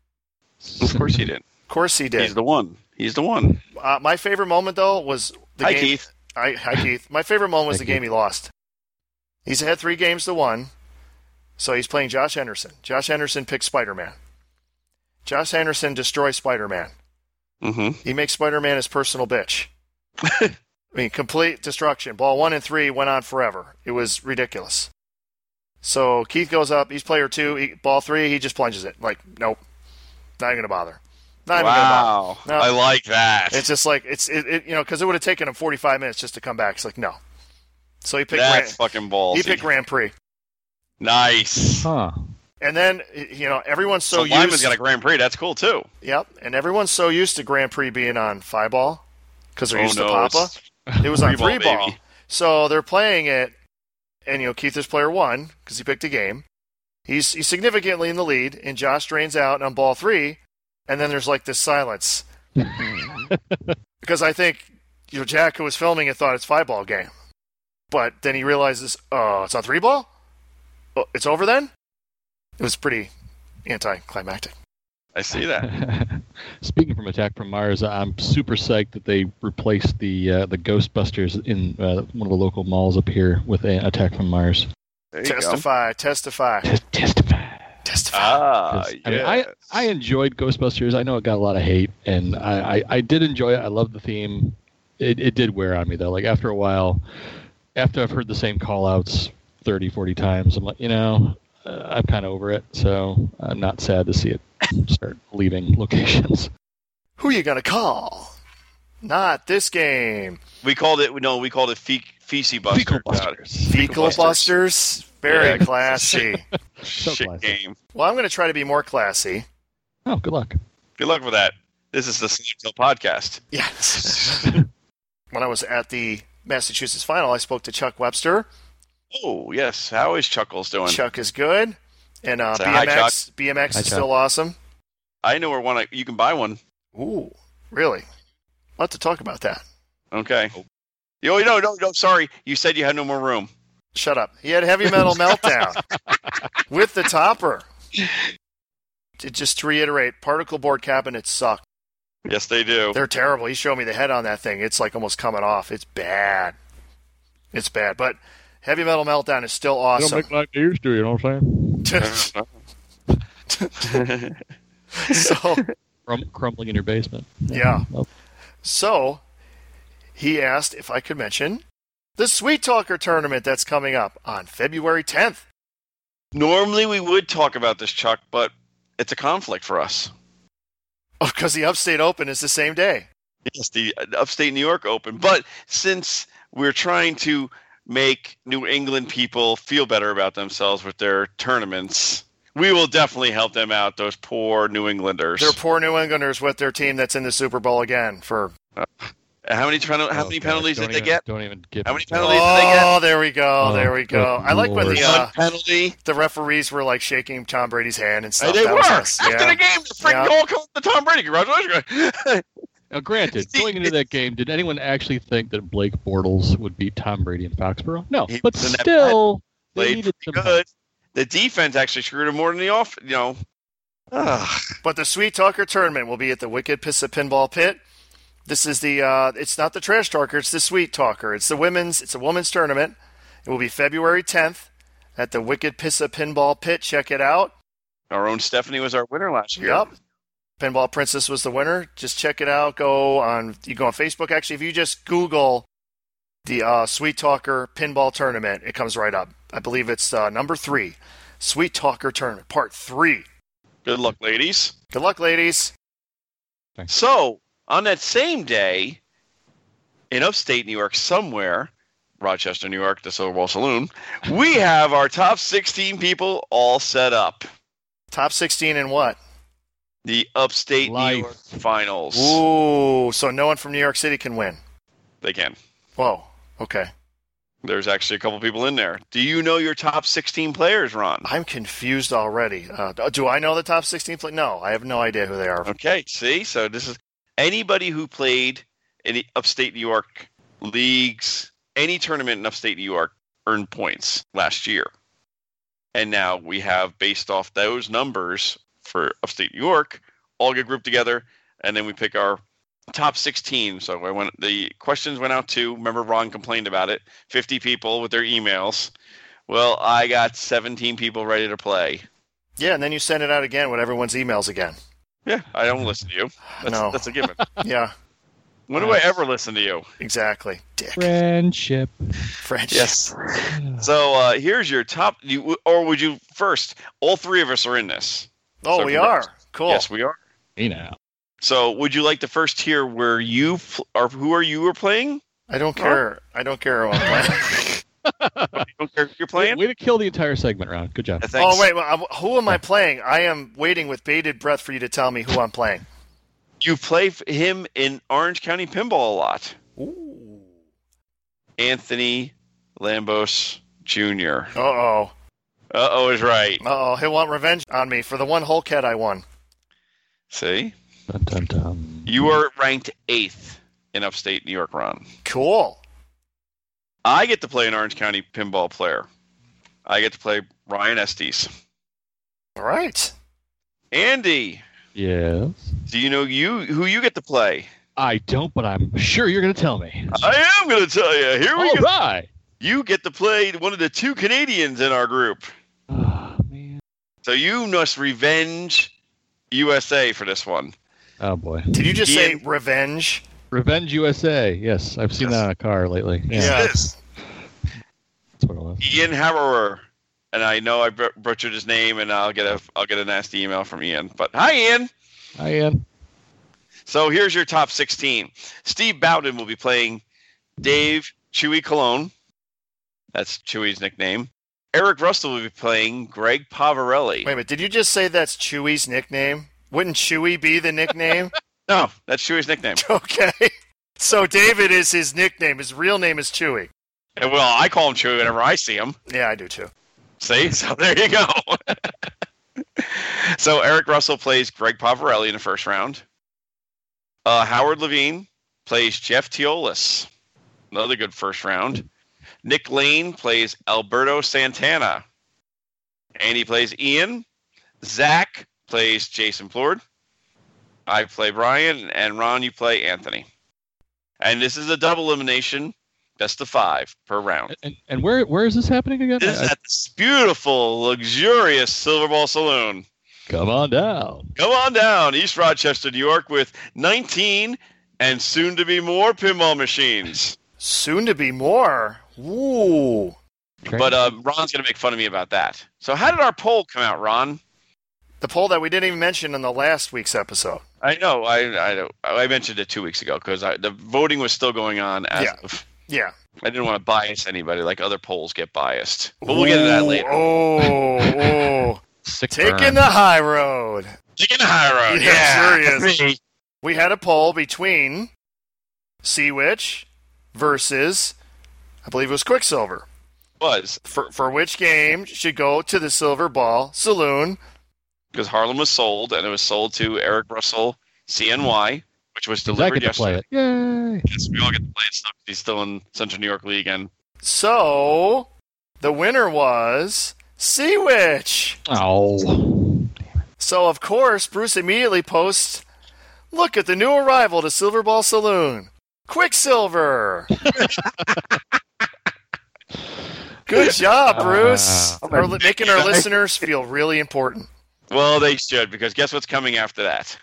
D: Of course he did.
C: Of course he did.
D: He's the one. He's the one.
C: Uh, my favorite moment though was the
D: Hi,
C: game.
D: Keith.
C: I, hi Keith. My favorite moment was the
E: Hi,
C: game he lost. He's had three games to one, so he's playing Josh Henderson. Josh Henderson picks Spider Man. Josh Henderson destroys Spider Man.
D: Mm-hmm.
C: He makes Spider Man his personal bitch. I mean, complete destruction. Ball one and three went on forever. It was ridiculous. So Keith goes up. He's player two. He, ball three, he just plunges it. Like, nope. Not even going to bother. Not even going to bother.
D: Wow.
C: No.
D: I like that.
C: It's just like it's it, it you know because it would have taken him 45 minutes just to come back. It's like no, so he picked
D: That's
C: Grand,
D: fucking balls.
C: he picked Grand Prix,
D: nice.
E: Huh.
C: and then you know everyone's so,
D: So, Lyman's
C: used.
D: got a Grand Prix. That's cool too.
C: yep, and everyone's so used to Grand Prix being on five ball because they're
D: oh
C: used
D: no,
C: to Papa.
D: it's-
C: It was on
D: Three-ball,
C: three ball,
D: baby.
C: so they're playing it, and you know Keith is player one because he picked a game. He's he's significantly in the lead, and Josh drains out on ball three, and then there's like this silence because I think you know Jack, who was filming it, thought it's five ball game, but then he realizes, oh, it's on three ball. Oh, it's over then. It was pretty anticlimactic.
D: I see that.
E: Speaking from Attack from Mars, I'm super psyched that they replaced the uh, the Ghostbusters in uh, one of the local malls up here with a Attack from Mars.
D: There you go.
C: Testify, testify,
E: Testify.
C: testify.
D: Ah,
E: 'Cause,
D: yes.
E: I, mean, I I enjoyed Ghostbusters. I know it got a lot of hate, and I, I, I did enjoy it. I loved the theme. It, it did wear on me though. Like after a while, after I've heard the same call outs 30, 40 times, I'm like, you know, uh, I'm kind of over it. So I'm not sad to see it start leaving locations.
C: Who you gonna call? Not this game.
D: we called it. No, we called it fe- feces buster.
E: Fecal
D: God,
E: Busters.
D: Fecal
C: Fecal Busters. Very
D: Yeah.
C: classy.
E: So
D: Shit
E: classic.
D: game.
C: well, I'm gonna try to be more classy.
E: Oh, good luck.
D: Good luck with that. This is the Slap Hill podcast.
C: Yes. when I was at the Massachusetts final, I spoke to Chuck Webster.
D: Oh yes, how is Chuckles doing?
C: Chuck is good, and uh,
D: Say hi,
C: BMX.
D: Chuck.
C: BMX
E: Hi,
C: is
E: Chuck.
C: still awesome.
D: I know where one. I, you can buy one.
C: Ooh, really? I'll have to talk about that.
D: Okay. Oh no, no, no. Sorry, you said you had no more room.
C: Shut up. He had heavy metal meltdown with the topper. To- Just to reiterate, particle board cabinets suck.
D: Yes, they do.
C: They're terrible. He showed me the head on that thing. It's like almost coming off. It's bad. It's bad. But heavy metal meltdown is still awesome.
E: like they used to, you know what I'm saying?
C: so
E: Crum- crumbling in your basement. Oh,
C: Yeah.
E: Well,
C: So he asked if I could mention the Sweet Talker tournament that's coming up on February 10th.
D: Normally we would talk about this, Chuck, but it's a conflict for us.
C: Oh, because the Upstate Open is the same day.
D: Yes, the uh, upstate New York Open. But since we're trying to make New England people feel better about themselves with their tournaments, we will definitely help them out, those poor New Englanders.
C: They're poor New Englanders with their team that's in the Super Bowl again for.
D: how many, tren- how
E: oh,
D: many
E: God,
D: penalties
E: don't
D: did they
E: even-
D: get?
E: Don't even get
D: How many
E: me started.
D: penalties? did they get?
C: Oh, there we go.
E: Oh,
C: there we go.
E: good
C: I like when the
E: lord.
C: uh,
D: One penalty.
C: the referees were like shaking Tom Brady's hand and
D: Hey,
C: stuff.
D: they
C: That
D: were.
C: was us.
D: After
C: Yeah.
D: the game, the freaking
C: Yeah.
D: goal comes to Tom Brady. Congratulations.
E: Now, granted,
D: See,
E: going into that game, did anyone actually think that Blake Bortles would beat Tom Brady in Foxborough? No,
D: He
E: but
D: was in that
E: still, they
D: Played
E: needed some
D: pretty
E: help.
D: good. The defense actually screwed him more than the off. You know. Ugh.
C: But the Sweet Talker tournament will be at the Wicked Pissa Pinball Pit. This is the uh, it's not the Trash Talker, it's the Sweet Talker. It's the women's it's a women's tournament. It will be February 10th at the Wicked Pissa Pinball Pit. Check it out.
D: Our own Stephanie was our winner last year.
C: Yep. Pinball Princess was the winner. Just check it out. Go on you go on Facebook. Actually, if you just Google the uh, Sweet Talker Pinball Tournament, it comes right up. I believe it's uh, number three, Sweet Talker Tournament Part Three.
D: Good luck, ladies.
C: Good luck, ladies.
D: So on that same day, in upstate New York, somewhere, Rochester, New York, the Silver Ball Saloon, we have our top 16 people all set up.
C: Top 16 in what?
D: The upstate New
E: Life.
D: York finals.
C: Ooh, so no one from New York City can win.
D: They can.
C: Whoa. Okay.
D: There's actually a couple people in there. Do you know your top 16 players, Ron?
C: I'm confused already. Uh, do I know the top 16 play? No, I have no idea who they are.
D: Okay, see, so this is anybody who played in the upstate New York leagues, any tournament in upstate New York earned points last year. And now we have, based off those numbers for upstate New York, all get grouped together, and then we pick our top 16. So I went, the questions went out to, remember Ron complained about it, 50 people with their emails. Well, I got 17 people ready to play.
C: Yeah, and then you send it out again with everyone's emails again.
D: Yeah, I don't listen to you. That's,
C: No.
D: that's a given.
C: Yeah,
D: when do I ever listen to you?
C: exactly. Dick.
E: Friendship.
C: French.
D: So uh, here's your top. You, or would you first? All three of us are in this.
C: Oh,
D: So
C: we are.
D: congrats.
C: Cool.
D: Yes, we are.
E: Hey now.
D: So would you like to first hear where you pl- or who are you are playing?
C: I don't care. I don't care who I'm playing. Oh,
D: Don't care who you're playing.
E: Way to kill the entire segment round. Good job.
D: Uh, thanks.
C: oh, wait. Well, I'm- who am I playing? I am waiting with bated breath for you to tell me who I'm playing.
D: You play f- him in Orange County Pinball a lot.
C: Ooh.
D: Anthony Lambos Jr.
C: Uh oh.
D: Uh oh, is right.
C: Uh oh. He'll want revenge on me for the one whole cat I won.
D: See,
E: Dun, dun, dun.
D: you are ranked eighth in upstate New York, Ron.
C: Cool.
D: I get to play an Orange County pinball player. I get to play Ryan Estes.
C: All right.
D: Andy,
E: Yes.
D: do you know you who you get to play?
E: I don't, but I'm sure you're going to tell me.
D: I am going to tell Uh, you. Here we
E: All
D: go.
E: right.
D: You get to play one of the two Canadians in our group.
E: Oh, man.
D: So you must revenge USA for this one.
E: Oh, boy.
C: Did you just say
D: Ian-
C: revenge?
E: Revenge USA. Yes, I've seen
D: Yes.
E: that on a car lately. Yeah,
C: Yeah.
D: Yes.
E: that's what it was.
D: Ian Harrower. And I know I br- butchered his name, and I'll get a I'll get a nasty email from Ian. But hi, Ian.
E: Hi, Ian.
D: So here's your top 16. Steve Bowden will be playing Dave Chewy Cologne. That's Chewy's nickname. Eric Russell will be playing Greg Pavarelli.
C: Wait a minute. Did you just say that's Chewie's nickname? Wouldn't Chewie be the nickname?
D: No, Oh, that's Chewy's nickname.
C: okay. So David is his nickname. His real name is Chewie.
D: And, well, I call him Chewy whenever I see him.
C: Yeah, I do too.
D: See? So there you go. so Eric Russell plays Greg Pavarelli in the first round. Uh, Howard Levine plays Jeff Teolis. Another good first round. Nick Lane plays Alberto Santana. Andy plays Ian. Zach plays Jason Plord. I play Brian. And Ron, you play Anthony. And this is a double elimination, best of five per round.
E: And, and where where is this happening again? Uh,
D: This
E: I-
D: is
E: I-
D: at this beautiful, luxurious Silver Ball Saloon.
E: come on down.
D: Come on down, East Rochester, New York, with 19 and soon to be more pinball machines.
C: Soon to be more. Ooh.
D: But uh, Ron's going to make fun of me about that. So, how did our poll come out, Ron?
C: The poll that we didn't even mention in the last week's episode.
D: I know, I I, know- I mentioned it two weeks ago because the voting was still going on. As
C: Yeah.
D: of,
C: Yeah.
D: I didn't want to bias anybody, like other polls get biased. But we'll get to that
C: Ooh,
D: later.
C: Oh, oh.
E: Sick
C: taking
E: burn.
C: the high road.
D: Taking the high road,
C: Yeah,
D: yeah,
C: sure he is.
D: Me.
C: We had a poll between Sea Witch versus, I believe it was Quicksilver.
D: was
C: For, for which game should go to the Silver Ball Saloon?
D: because Harlem was sold, and it was sold to Eric Russell CNY, which was
E: Does that
D: delivered
E: get to play
D: yesterday.
E: it? Yay.
D: Yes, we all get to play it. Stuff. He's still in Central New York League, and
C: So, the winner was Sea Witch.
E: Oh.
C: So, of course, Bruce immediately posts Look at the new arrival to Silver Ball Saloon Quicksilver. Good job, Bruce.
D: Oh
E: Ah.
C: We're li- making our listeners feel really important.
D: well, they should because guess what's coming after that?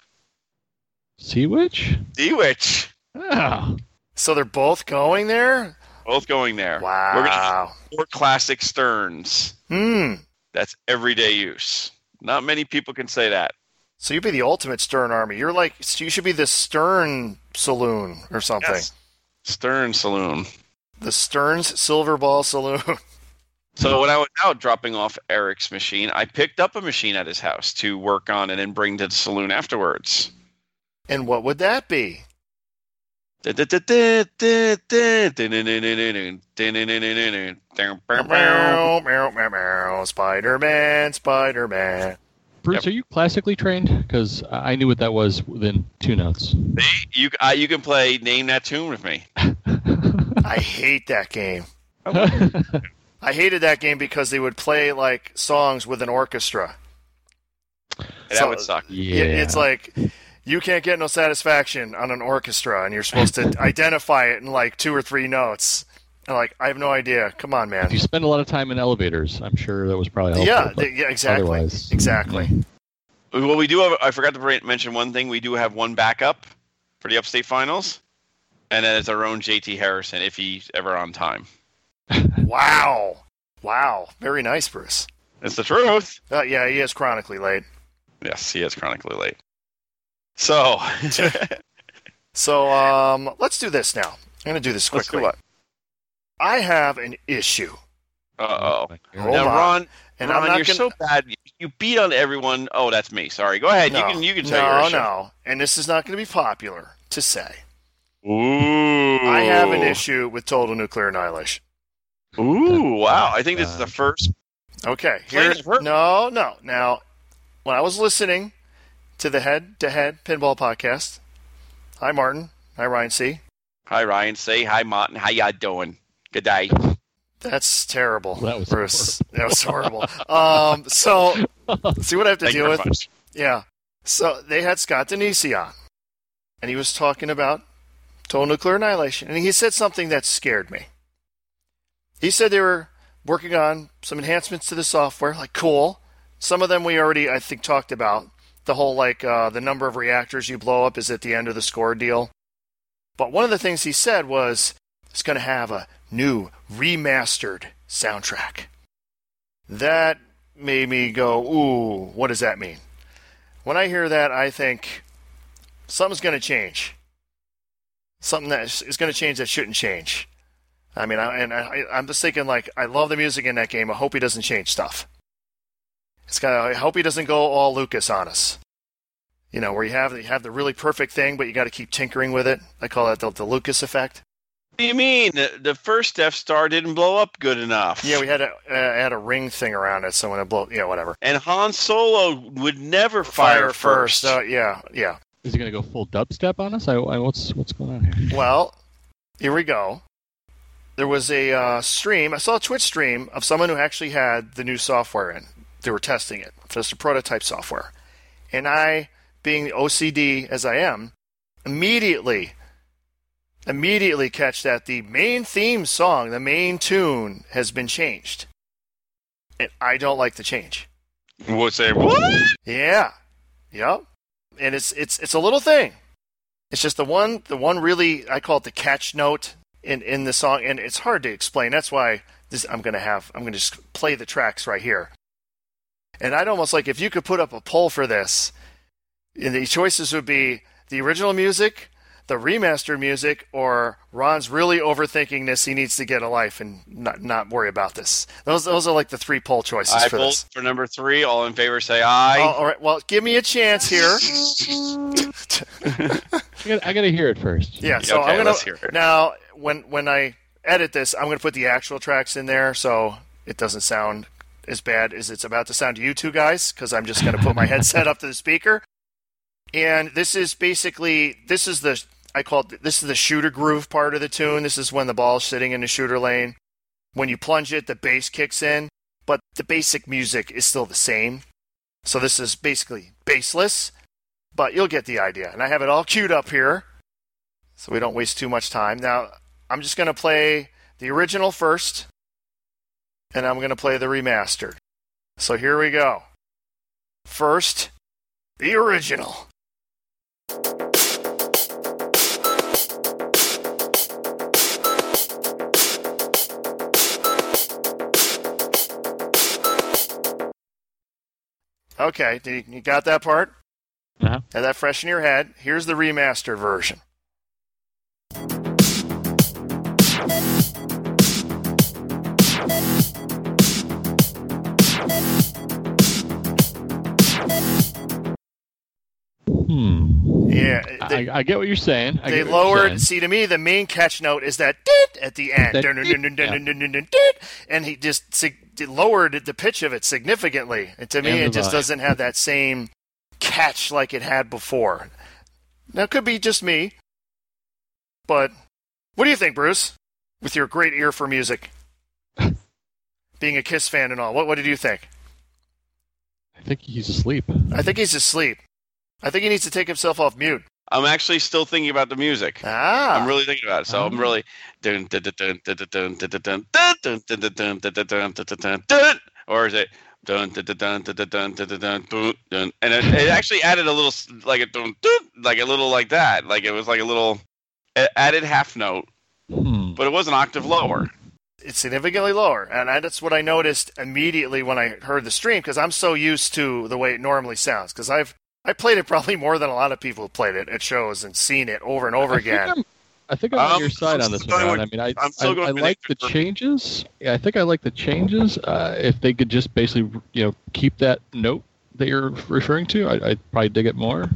E: Sea Witch?
D: The Witch.
E: Oh.
C: So, they're both going there?
D: Both going there. We're gonna have
C: Wow.
D: four classic Sterns.
C: Hmm.
D: That's everyday use. Not many people can say that.
C: So you'd be the ultimate Stern Army. You're like you should be the Stern Saloon or something.
D: Stern Saloon.
C: The Stern's Silver Ball Saloon.
D: So when I was out dropping off Eric's machine, I picked up a machine at his house to work on and then bring to the saloon afterwards.
C: and what would that be? Spider Man, Spider Man.
E: Bruce,
D: Yep.
E: are you classically trained? Because I knew what that was within two notes.
D: See, you uh, you can play name that tune with me.
C: I hate that game. I hated that game because they would play like songs with an orchestra.
D: That
C: So-
D: would suck.
C: Y- It's like you can't get no satisfaction on an orchestra, and you're supposed to identify it in like two or three notes. And like, I have no idea. Come on, man.
E: if you spend a lot of time in elevators, I'm sure that was probably helpful.
C: Yeah,
E: but
C: th- yeah, exactly,
E: otherwise-
C: exactly.
D: Well, we do have. I forgot to bring- mention one thing. We do have one backup for the upstate finals, and that is our own JT Harrison if he's ever on time.
C: Wow, wow, very nice, Bruce.
D: It's the truth.
C: Uh, yeah, he is chronically late.
D: Yes, he is chronically late. So
C: So um, let's do this now. I'm going to do this
D: Let's do
C: quickly.
D: what?
C: I have an issue,
D: Uh oh.
E: Here we
C: Hold
D: Now,
E: go.
C: on.
D: Ron,
C: and
D: Ron,
C: I'm not
D: you're
C: gonna-
D: so bad. You beat on everyone. Oh, that's me. Sorry. Go ahead.
C: No,
D: you can you can tell
C: no,
D: your issue.
C: no, and this is not going to be popular to say.
D: Ooh.
C: I have an issue with total nuclear annihilation.
D: Ooh, wow. I think this is the first.
C: Okay,
D: Planet
C: here's
D: Earth.
C: no, no. Now, when I was listening to the head-to-head pinball podcast, hi Martin, hi Ryan C.
D: Hi, Ryan. Say hi, Martin. How y'all doing? Good day.
C: That's terrible.
E: That was
C: Bruce. That was horrible. um, so see what I have to
D: Thank you
C: deal
D: very
C: with.
D: much.
C: Yeah. So they had Scott Denisi on, and he was talking about total nuclear annihilation, and he said something that scared me. He said they were working on some enhancements to the software, like cool. Some of them we already, I think, talked about. The whole like uh, the number of reactors you blow up is at the end of the score deal. But one of the things he said was it's going to have a new remastered soundtrack. That made me go, ooh, what does that mean? when I hear that, I think something's going to change. Something that is- is going to change that shouldn't change. I mean, I, and I, I'm just thinking like, I love the music in that game. I hope he doesn't change stuff. It's got. I hope he doesn't go all Lucas on us. You know, where you have you have the really perfect thing, but you got to keep tinkering with it. I call that the, the Lucas effect.
D: What do you mean? The- The first Death Star didn't blow up good enough.
C: Yeah, we had a uh, had a ring thing around it, so when it blow, yeah, whatever.
D: and Han Solo would never fire, first.
C: Uh, yeah, yeah.
E: Is he going to go full dubstep on us? I, I, what's what's going on here?
C: Well, here we go. There was a uh, stream. I saw a Twitch stream of someone who actually had the new software in. They were testing it, just a prototype software. And I, being OCD as I am, immediately, immediately catch that the main theme song, the main tune, has been changed. And I don't like the change.
D: Would say what?
C: Yeah. Yep. And it's it's it's a little thing. It's just the one the one really I call it the catch note in in the song and it's hard to explain. That's why this I'm going to have I'm going to just play the tracks right here. And I'd almost like if you could put up a poll for this and the choices would be the original music, the remastered music or Ron's really overthinking this. He needs to get a life and not not worry about this. Those those are like the three poll choices
D: I
C: for
D: vote
C: this.
D: for number three. All in favor, say aye.
C: Oh, all right. Well, give me a chance here. Oh.
E: I got, I got to hear it first.
C: Yeah, so
D: Okay,
C: I'm gonna
D: let's hear it.
C: now when when I edit this, I'm gonna put the actual tracks in there so it doesn't sound as bad as it's about to sound to you two guys because I'm just gonna put my headset up to the speaker. And this is basically this is the I call it this is the shooter groove part of the tune. This is when the ball's sitting in the shooter lane. When you plunge it, the bass kicks in, but the basic music is still the same. So this is basically bassless, but you'll get the idea. And I have it all queued up here so we don't waste too much time. Now, I'm just going to play the original first, and I'm going to play the remastered. So here we go. First, the original. Okay, do you- you got that part?
E: Uh-huh.
C: Have that fresh in your head. Here's the remastered version.
E: Hmm.
C: Yeah, they-
E: I, I get what you're saying. I
C: they
E: get what you're
C: lowered.
E: saying.
C: See, to me, the main catch note is that "dit" at the end,
E: That
C: Dun, dun,
E: "dit,"
C: dun, dun, dun,
E: yeah.
C: dun, dun, dun, dun, "dit," and he just sig- lowered the pitch of it significantly. And to
E: And
C: me,
E: the
C: it just
E: vibe.
C: doesn't have that same catch like it had before. Now, it could be just me, but what do you think, Bruce? With your great ear for music, being a Kiss fan and all, what what did you think?
E: I think he's asleep.
C: I think he's asleep. I think he needs to take himself off mute.
D: I'm actually still thinking about the music.
C: Ah,
D: I'm really thinking about it. So I'm
E: Ah.
D: really. dun, dun, dun, dun, dun, dun, dun, dun, dun, dun, dun, dun, dun, dun, dun, dun, dun, dun, dun, dun. Or is it? dun, dun, dun, dun, dun, dun, dun, dun, dun, dun, dun, dun. And it, it actually added a little, s- like a dun, dun, like a little like that. Like it was like a little it added half note,
E: Hmm.
D: but it was an octave lower.
C: it's significantly lower, and I, that's what I noticed immediately when I heard the stream because I'm so used to the way it normally sounds because I've I played it probably more than a lot of people have played it at shows and seen it over and over
E: I
C: again.
E: Think I'm, I think I'm on
D: Um,
E: your side
D: I'm
E: on this
D: still
E: one. Ron.
D: going-
E: I mean, I,
D: I'm still
E: I-
D: going
E: I
D: with
E: like the
D: Nathan Burke.
E: changes. Yeah, I think I like the changes. Uh, if they could just basically, you know, keep that note that you're referring to, I, I'd probably dig it more.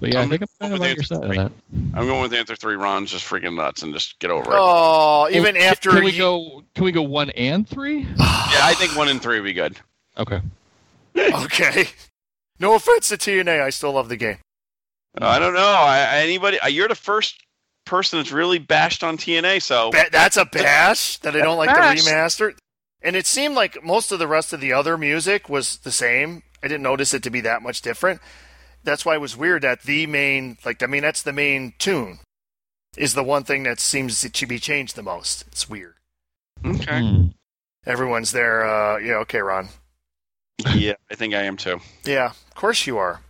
E: But yeah, i
D: Um, I'm
E: think I'm
D: going with
E: kind of on your
D: Nathan
E: side on
D: Burke.
E: that.
D: I'm going with answer three. Ron's just freaking nuts and just get over it.
C: Oh, even
E: Well, can-
C: after
E: can we
C: ye-
E: go? Can we go one and three?
D: Yeah, I think one and three would be good.
E: Okay.
C: okay, no offense to TNA, I still love the game.
D: I don't know. I, anybody, uh, you're the first person that's really bashed on TNA. So
C: Ba- that's a bash that I don't like
D: Bash.
C: the remaster. And it seemed like most of the rest of the other music was the same. I didn't notice it to be that much different. That's why it was weird that the main, like, I mean, that's the main tune, is the one thing that seems to be changed the most. It's weird.
D: okay,
E: Hmm.
C: Everyone's there. Uh, yeah, okay, Ron.
D: yeah, I think I am too.
C: Yeah, of course you are.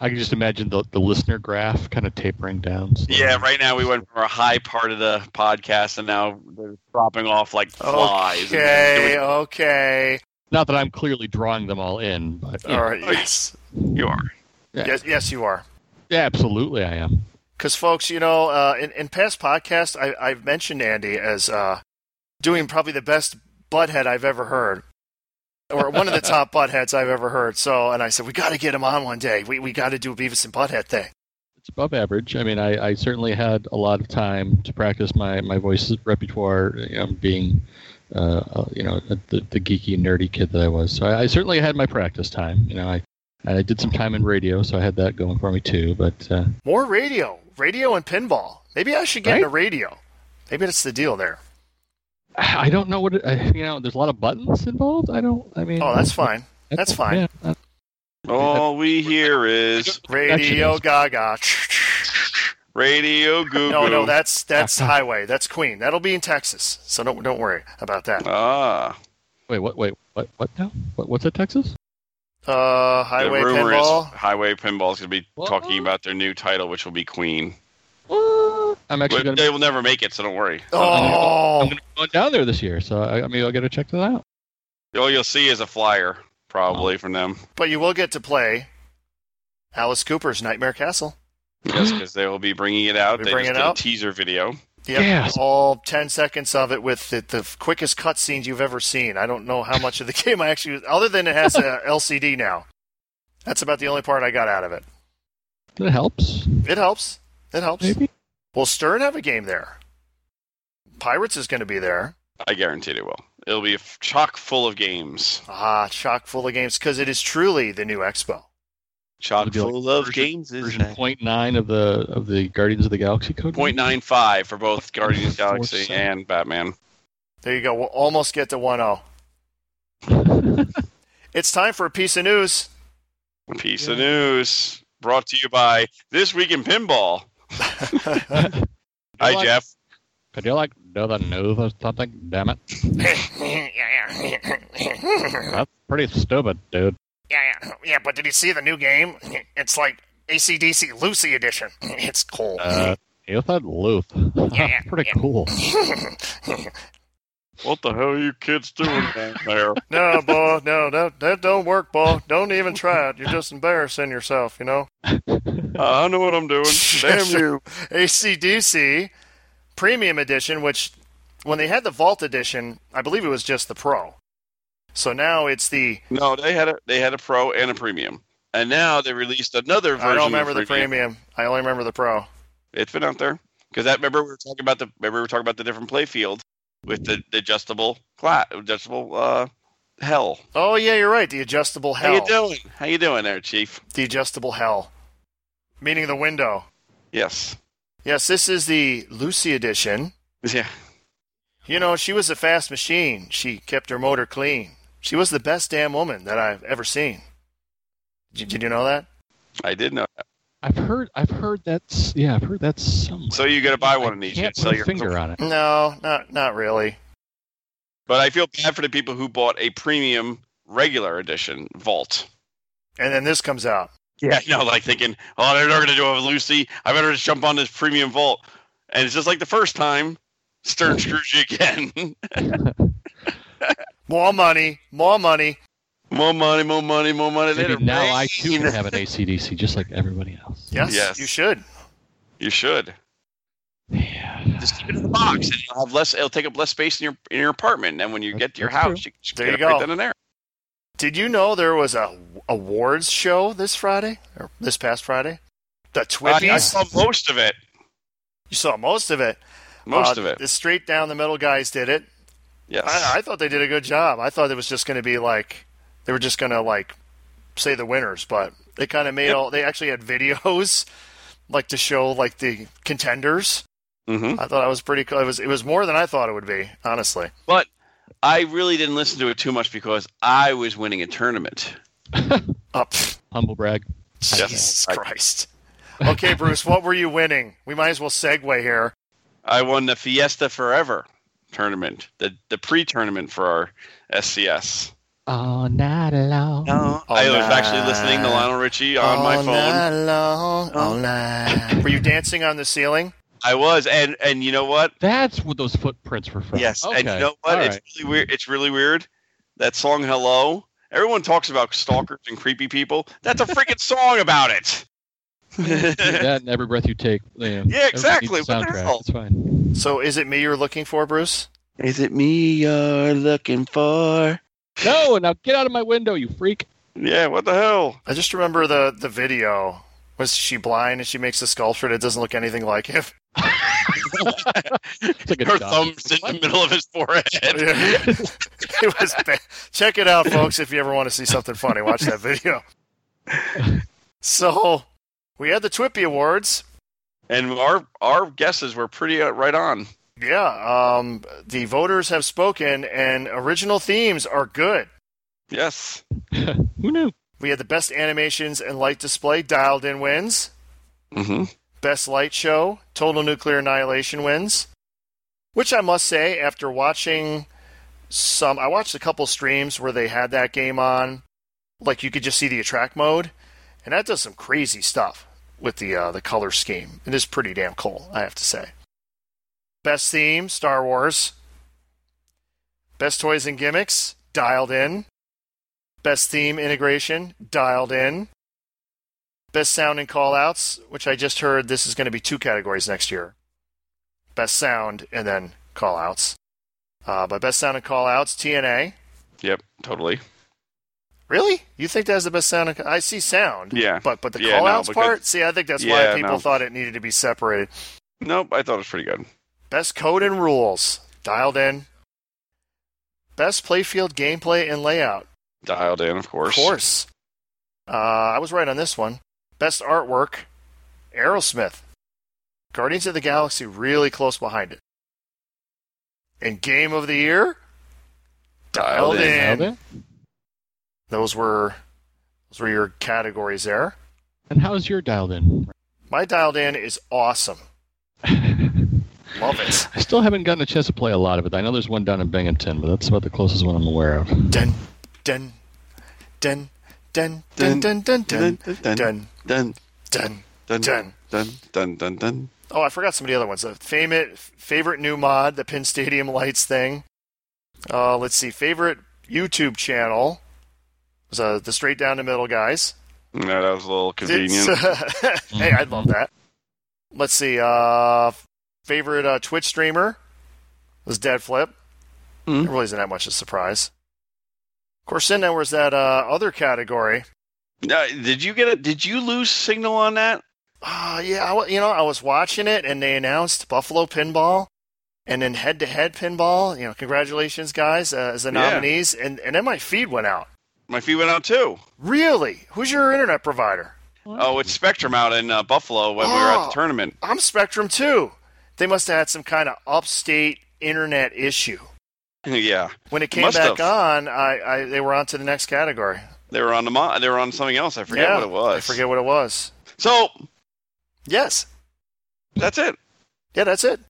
E: I can just imagine the, the listener graph kind of tapering down. slowly.
D: Yeah, right now we went from a high part of the podcast and now they're dropping off like flies.
C: Okay, okay.
E: Not that I'm clearly drawing them all in, but
C: All right. Yes,
D: you are.
E: Yeah.
C: yes, yes, you are.
E: yeah, absolutely, I am.
C: Because, folks, you know, uh, in, in past podcasts, I, I've mentioned Andy as uh, doing probably the best butthead I've ever heard, or one of the top buttheads I've ever heard. So, and I said, we got to get him on one day. We, we got to do a Beavis and Butthead thing.
E: It's above average. I mean, I, I certainly had a lot of time to practice my my voice repertoire, you know, being, uh, uh, you know, the, the geeky nerdy kid that I was. So I, I certainly had my practice time. You know, I I did some time in radio, so I had that going for me too. But uh,
C: More radio, radio and pinball. Maybe I should get
E: Right?
C: into radio. Maybe that's the deal there.
E: I don't know what it, I, you know. There's a lot of buttons involved. I don't. I mean,
C: Oh, that's fine.
E: I
C: That's
E: don't-
C: fine.
E: yeah, uh, I-
D: All we hear is
C: Radio Gaga.
D: radio goo.
C: No, no,
D: goo.
C: that's that's Highway. That's Queen. That'll be in Texas. So don't don't worry about that.
D: ah.
E: Wait, what? Wait, what? What now? What, what's that? Texas?
C: Uh, Highway
D: the rumor
C: pinball.
D: is Highway Pinball is going to be
E: What?
D: talking about their new title, which will be Queen.
E: I'm actually
D: But
E: going
D: they
E: to
D: will never make it, so don't worry.
C: Oh,
E: go down there this year, so I, I mean, I'll get to check that out.
D: All you'll see is a flyer, probably from them.
C: But you will get to play Alice Cooper's Nightmare Castle.
D: Yes, because they will be bringing it out.
C: We
D: they
C: bring
D: just
C: it
D: did
C: out?
D: a teaser video.
C: Yep.
E: Yes.
C: All 10 seconds of it with the, the quickest cutscenes you've ever seen. I don't know how much of the game I actually, other than it has a LCD now. That's about the only part I got out of it.
E: It helps,
C: It helps. It helps.
E: maybe.
C: Will Stern have a game there? Pirates is going to be there.
D: I guarantee it will. It'll be f- chock full of games.
C: Ah, chock full of games because it is truly the new expo.
D: Chock
E: It'll be like
D: full of
E: version-
D: games is
E: version point nine of the of the Guardians of the Galaxy code.
D: point nine five for both Guardians of the Galaxy
E: 1.47.
D: and Batman.
C: There you go. We'll almost get to 1 0. It's time for a piece of news.
D: Piece of news brought to you by This Week in Pinball. Hi,
E: What?
D: Jeff.
E: Could you like do the news or something? Damn it,
F: yeah, yeah, yeah,
E: that's pretty stupid, dude.
F: yeah, yeah. But did you see the new game? It's like ACDC Lucy edition. It's cool.
E: Uh, you said Luth.
F: yeah,
E: That's pretty cool.
D: What the hell are you kids doing down there?
C: No, boy, no, that that don't work, boy. Don't even try it. You're just embarrassing yourself, you know.
D: I know what I'm doing. Damn you.
C: ACDC Premium Edition, which when they had the Vault Edition, I believe it was just the Pro. So now it's the
D: No, they had a they had a pro and a premium. And now they released another version.
C: I don't remember
D: of
C: the premium. I only remember the pro.
D: It's been out there because that remember we were talking about the remember we were talking about the different play field with the, the adjustable cla- adjustable uh, hell.
C: Oh yeah, you're right. The adjustable hell.
D: How you doing? How you doing there, Chief?
C: The adjustable hell, meaning the window.
D: Yes.
C: Yes, this is the Lucy edition.
D: Yeah.
C: You know, she was a fast machine. She kept her motor clean. She was the best damn woman that I've ever seen. Did, did you know that?
D: I did know. That.
E: I've heard. I've heard that's. Yeah, I've heard that's somewhere.
D: So you're gonna buy one
E: I
D: of these?
E: Can't
D: and sell
E: put a
D: your
E: finger on it.
C: No, not not really.
D: But I feel bad for the people who bought a premium regular edition vault.
C: And then this comes out.
D: Yeah, you know, like thinking, oh, they're not going to do it with Lucy. I better just jump on this premium vault. And it's just like the first time, Stern screws you again.
C: More money, more money.
D: more money, more money, more money. They
E: Maybe
D: had a
E: now I
D: rain.
E: too can have an ACDC just like everybody else.
C: Yes,
D: Yes.
C: you should.
D: You should
E: Yeah.
D: just keep it in the box, and it'll have less. It'll take up less space in your in your apartment. And when you get to your
E: That's
D: house, you can just
C: There
D: get
C: you
D: it right
C: go.
D: then and there.
C: Did you know there was a awards show this Friday or this past Friday? The
D: I,
C: Twippies.
D: I saw most of it.
C: You saw most of it.
D: Most
C: Uh,
D: of it.
C: The straight down the middle guys did it.
D: Yes.
C: I, I thought they did a good job. I thought it was just going to be like they were just going to like say the winners, but they kind of made
D: Yep.
C: all. They actually had videos like to show like the contenders.
D: mm-hmm.
C: I thought that was pretty cool. It was it was more than I thought it would be, honestly.
D: But I really didn't listen to it too much because I was winning a tournament.
C: Up, oh,
E: Humble brag.
C: Jesus
D: I-
C: Christ. Okay, Bruce, what were you winning? We might as well segue here.
D: I won the Fiesta Forever tournament, the the pre-tournament for our SCS.
E: All night long.
D: Oh, No, Oh, I was actually listening to Lionel Richie on my phone.
C: all night. Oh. Were you dancing on the ceiling?
D: I was, and and you know what?
E: That's what those footprints were from.
D: Yes,
E: Okay.
D: and you know what?
E: All
D: It's
E: right.
D: really weird. It's really weird. That song, "Hello." Everyone talks about stalkers and creepy people. That's a freaking song about it.
E: Do that and every breath you take. You know, everybody needs a
D: exactly. What the
E: soundtrack.
D: hell?
E: It's fine.
C: So is it me you're looking for, Bruce?
D: Is it me you're looking for?
E: No, now get out of my window, you freak.
D: Yeah. What the hell?
C: I just remember the the video. Was she blind and she makes a sculpture that doesn't look anything like him?
E: It's like a
D: Her
E: dog.
D: thumb's in the middle of his forehead.
C: it was bad. Check it out, folks, if you ever want to see something funny. Watch that video. So we had the Twippy Awards.
D: and our our guesses were pretty uh, right on.
C: Yeah, um, the voters have spoken, and original themes are good.
D: Yes.
E: Who knew?
C: We had the best animations and light display. Dialed in wins.
D: Mm-hmm.
C: Best Light Show, Total Nuclear Annihilation wins. Which I must say, after watching some, I watched a couple streams where they had that game on. Like you could just see the attract mode, and that does some crazy stuff with the uh, the color scheme. It is pretty damn cool, I have to say. Best theme, Star Wars. Best toys and gimmicks, dialed in. Best theme integration, dialed in. Best sound and call outs, which I just heard this is going to be two categories next year. Best sound and then call outs. Uh, but best sound and call outs, TNA.
D: Yep. Totally.
C: Really? You think that's the best sound? And, I see sound.
D: Yeah.
C: But but the
D: Yeah,
C: call
D: no,
C: outs
D: because-
C: part, see, I think that's
D: Yeah,
C: why people
D: no.
C: thought it needed to be separated.
D: Nope. I thought it was pretty good.
C: Best code and rules, dialed in. Best playfield gameplay and layout,
D: Dialed in, of course.
C: Of course. Uh, I was right on this one. Best artwork, Aerosmith. Guardians of the Galaxy really close behind it. And Game of the Year, Dialed
D: Dialed in.
C: in. And-
E: Nailed it.
C: those were those were your categories there.
E: And how's your dialed in?
C: My dialed in is awesome.
E: I
C: Love it.
E: still haven't gotten a chance to play a lot of it. I know there's one down in Binghamton, but that's about the closest one I'm aware of.
C: Dun dun dun dun dun dun dun dun dun
D: Dun
C: dun
D: dun
C: dun.
D: dun dun dun dun.
C: Oh, I forgot some of the other ones. The favorite favorite new mod, the Penn Stadium lights thing. Uh, let's see, favorite YouTube channel was uh, the Straight Down the Middle guys.
D: No, that was a little convenient.
C: It's, uh, hey, I'd love that. Let's see, uh, favorite uh, Twitch streamer was Dead Flip.
D: Hmm.
C: It really isn't that much of a surprise. Of course, then there was that uh, other category
D: Uh, did you get it? Did you lose signal on that?
C: Uh, yeah, I, wa- you know, I was watching it and they announced Buffalo Pinball and then head to head pinball. You know, congratulations, guys, uh, as the
D: Yeah.
C: nominees. And, and then my feed went out.
D: My feed went out too.
C: Really? Who's your internet provider?
D: Oh, it's Spectrum out in uh, Buffalo when we were at
C: Oh.
D: the tournament.
C: I'm Spectrum too. They must have had some kind of upstate internet issue.
D: yeah,
C: When it came
D: Must
C: back
D: have.
C: on, I, I they were on to the next category.
D: they were on the mo- they were on something else. I forget
C: yeah,
D: what it was.
C: I forget what it was.
D: So
C: Yes.
D: that's it.
C: Yeah, that's it.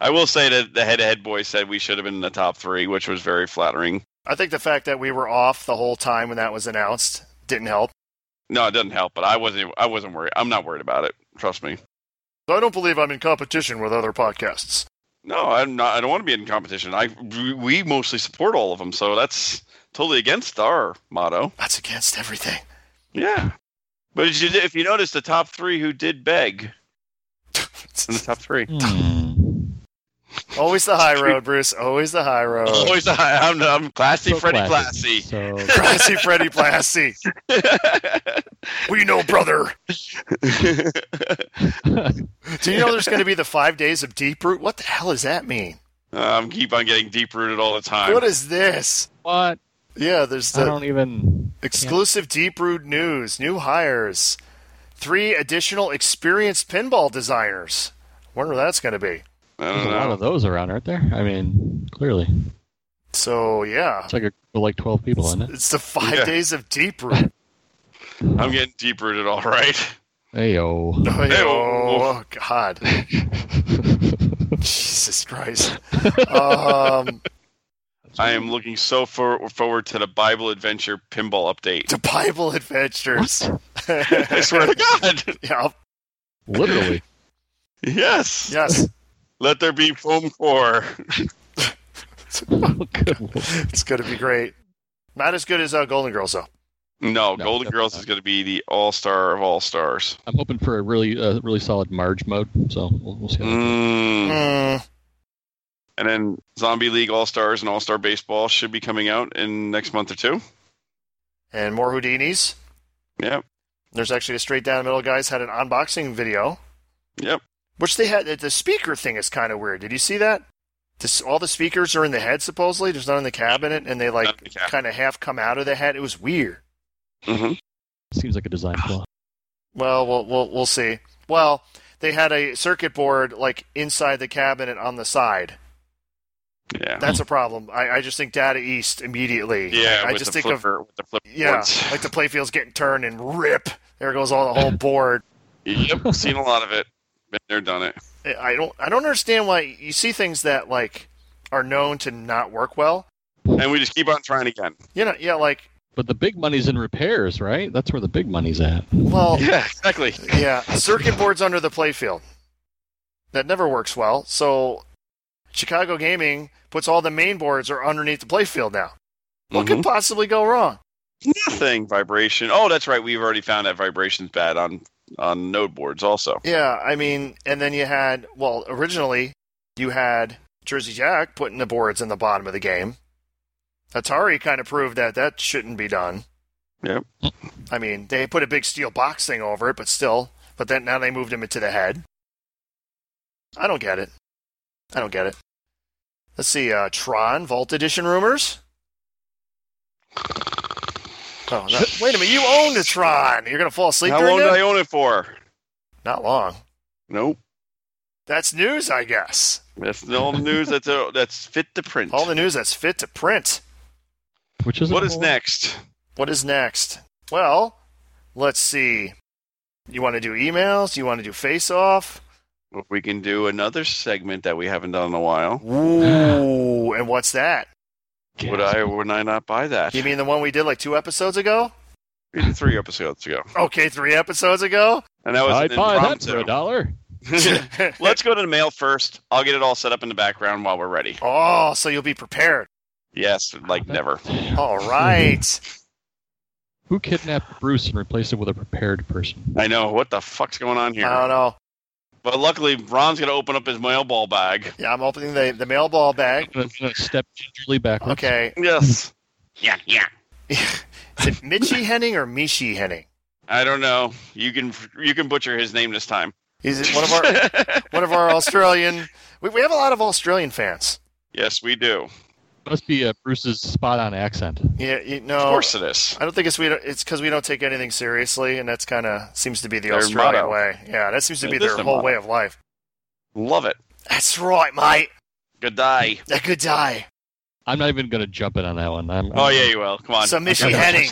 D: I will say that the head-to-head boys said we should have been in the top three, which was very flattering.
C: I think the fact that we were off the whole time when that was announced didn't help.
D: No, it doesn't help, but I wasn't. I wasn't worried. I'm not worried about it. Trust me.
C: I don't believe I'm in competition with other podcasts.
D: No, I'm not. I don't want to be in competition. I we mostly support all of them, so that's totally against our motto.
C: That's against everything.
D: Yeah. But if you, if you notice, the top three who did beg in the top three.
E: Hmm.
C: Always the high road, Bruce. Always the high road.
D: Always, I, am I'm classy,
E: Oh, So
D: Freddy
E: classy.
D: classy.
E: So
C: Classy Freddy Plasty. We know, brother. Do you know there's going to be the five days of deep root? What the hell does that mean?
D: um, keep on getting deep rooted all the time.
C: What is this?
E: what?
C: Yeah, there's
E: I
C: the
E: don't even.
C: exclusive deep root news, new hires, three additional experienced pinball designers. Wonder what that's going to be.
D: I
E: There's
D: don't
E: a lot
D: know.
E: of those around, aren't there? I mean, clearly,
C: So yeah,
E: it's like a, like twelve people in it.
C: it's the five
D: Yeah.
C: days of deep root.
D: I'm getting deep rooted all right.
E: Ayo.
C: oh God. Jesus Christ. Um,
D: I am looking so for, forward to the Bible Adventure pinball update.
C: the Bible Adventures.
D: I swear to God.
C: yeah,
E: Literally.
D: Yes.
C: yes.
D: Let there be foam core.
E: Oh, good lord.
C: It's going to be great. Not as good as uh, Golden Girls, though.
D: No,
E: No,
D: Golden
E: definitely
D: Girls is
E: not.
D: going to be the all star of all stars.
E: I'm hoping for a really uh, really solid Marge mode. So we'll, we'll see. How
D: Mm.
C: Mm,
D: And then Zombie League All Stars and All Star Baseball should be coming out in next month or two.
C: and more Houdinis.
D: Yep.
C: There's actually a straight down the middle guys had an unboxing video,
D: Yep.
C: which they had. The speaker thing is kind of weird. Did you see that? This, all the speakers are in the head, supposedly. There's none in the cabinet, and they
D: None in
C: like
D: the cabinet.
C: kind of half come out of the head. It was weird.
D: hmm
E: Seems like a design flaw.
C: Well, we'll we'll, we'll see. Well, they had a circuit board like inside the cabinet on the side.
D: Yeah.
C: That's a problem. I, I just think data east immediately.
D: yeah.
C: I
D: with
C: just
D: the
C: think of
D: flipper, with the flipper
C: yeah,
D: boards.
C: like the playfield's getting turned and rip. There goes all the whole board.
D: yep. Seen a lot of it. Been there, done it.
C: I don't I don't understand why you see things that like are known to not work well.
D: And we just keep on trying again.
C: You know, yeah, like
E: But the big money's in repairs, right? That's where the big money's at.
C: well,
D: Yeah. Exactly.
C: yeah, circuit boards under the playfield. That never works well. So Chicago Gaming puts all the main boards are underneath the playfield now. What
D: Mm-hmm.
C: could possibly go wrong?
D: Nothing. Vibration. Oh, that's right. We've already found that vibration's bad on on node boards also.
C: Yeah, I mean, and then you had, well, originally you had Jersey Jack putting the boards in the bottom of the game. Atari kind of proved that that shouldn't be done.
D: Yep.
C: I mean, they put a big steel box thing over it, but still, but then now they moved him into the head. I don't get it. I don't get it. Let's see, uh, Tron Vault Edition rumors. Oh, no- wait a minute! You own the Tron. You're gonna fall asleep
D: How
C: during
D: long did
C: that?
D: I own it for?
C: Not long.
D: Nope.
C: That's news, I guess.
D: That's the old news. That's a, that's fit to print.
C: All the news that's fit to print.
E: Which is
D: what is next?
C: What is next? Well, let's see. You want to do emails? You want to do face off?
D: If we can do another segment that we haven't done in a while,
C: Ooh, and what's that?
D: would I or would I not buy that?
C: You mean the one we did like two episodes ago?
D: We did three episodes ago,
C: Okay, three episodes ago?
D: and that was
E: I'd
D: an
E: buy that for a
D: impromptu.
E: dollar.
D: Let's go to the mail first. I'll get it all set up in the background while we're ready.
C: oh, so you'll be prepared.
D: Yes, like never.
C: All right.
E: Who kidnapped Bruce and replaced him with a prepared person?
D: I know what the fuck's going on
C: I
D: here.
C: don't know.
D: but luckily, Ron's gonna open up his mail ball bag.
C: Yeah, I'm opening the, the mail ball bag.
E: I'm gonna- I'm gonna Step gingerly backwards.
C: Okay.
D: Yes. Yeah, yeah.
C: Is it Mitchie Henning or Mishi Henning?
D: I don't know. You can you can butcher his name this time.
C: Is it one of our one of our Australian? We, we have a lot of Australian fans.
D: Yes, we do.
E: Must be uh, Bruce's spot on accent.
C: Yeah, you know,
D: Of course it is.
C: I don't think it's we. It's because we don't take anything seriously, and that's kind of seems to be the
D: Their
C: Australian
D: motto.
C: way. Yeah, that seems to
D: It
C: be
D: is
C: their
D: their
C: whole
D: motto.
C: way of life.
D: Love it.
C: That's right, mate.
D: Good day.
C: A good die.
E: I'm not even going to jump in on that one. I'm,
D: Oh yeah, you will. Come on.
C: So Mitchie Henning,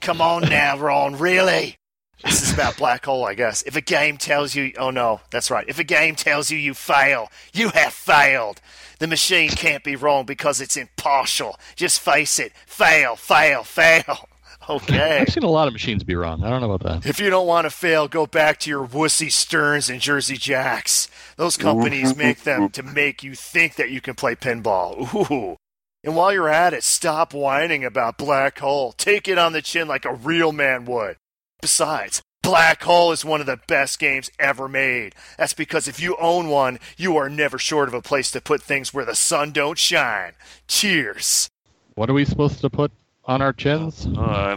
C: come on now, Ron. Really? This is about black hole, I guess. If a game tells you, oh no, that's right. If a game tells you you fail, you have failed. The machine can't be wrong because it's impartial. Just face it. Fail, fail, fail. Okay.
E: I've seen a lot of machines be wrong. I don't know about that.
C: If you don't want to fail, go back to your wussy Stearns and Jersey Jacks. Those companies make them to make you think that you can play pinball. Ooh. And while you're at it, stop whining about Black Hole. Take it on the chin like a real man would. Besides, Black Hole is one of the best games ever made. That's because if you own one, you are never short of a place to put things where the sun don't shine. Cheers.
E: What are we supposed to put on our chins?
D: Oh, I don't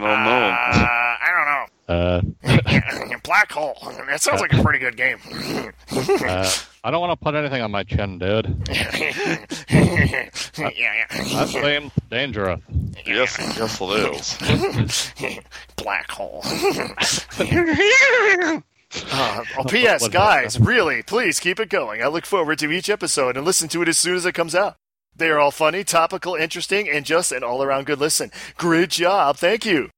F: Uh, I
D: know.
E: Uh,
F: don't know. Black hole. That sounds like a pretty good game.
E: uh, I don't want to put anything on my chin, dude.
F: yeah, yeah.
E: That seems dangerous.
D: yes, yes it is.
F: Black hole.
C: Uh, oh, P.S.
E: what-
C: Guys, really, please keep it going. I look forward to each episode and listen to it as soon as it comes out. They are all funny, topical, interesting, and just an all around good listen. Great job. Thank you.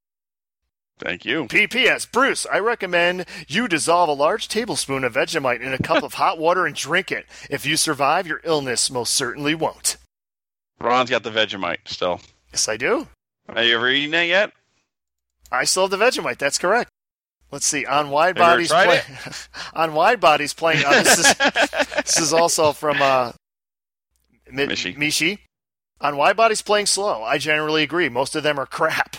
D: Thank you.
C: P.P.S. Bruce, I recommend you dissolve a large tablespoon of Vegemite in a cup of hot water and drink it. If you survive, your illness most certainly won't.
D: Ron's got the Vegemite still.
C: Yes, I do.
D: Have you ever eaten that yet?
C: I still have the Vegemite. That's correct. Let's see. On wide
D: Have you ever
C: bodies,
D: tried
C: play- on wide bodies playing. Uh, this, is, this is also from uh, Mi-
D: Mishi.
C: Mishi. On wide bodies playing slow, I generally agree. Most of them are crap.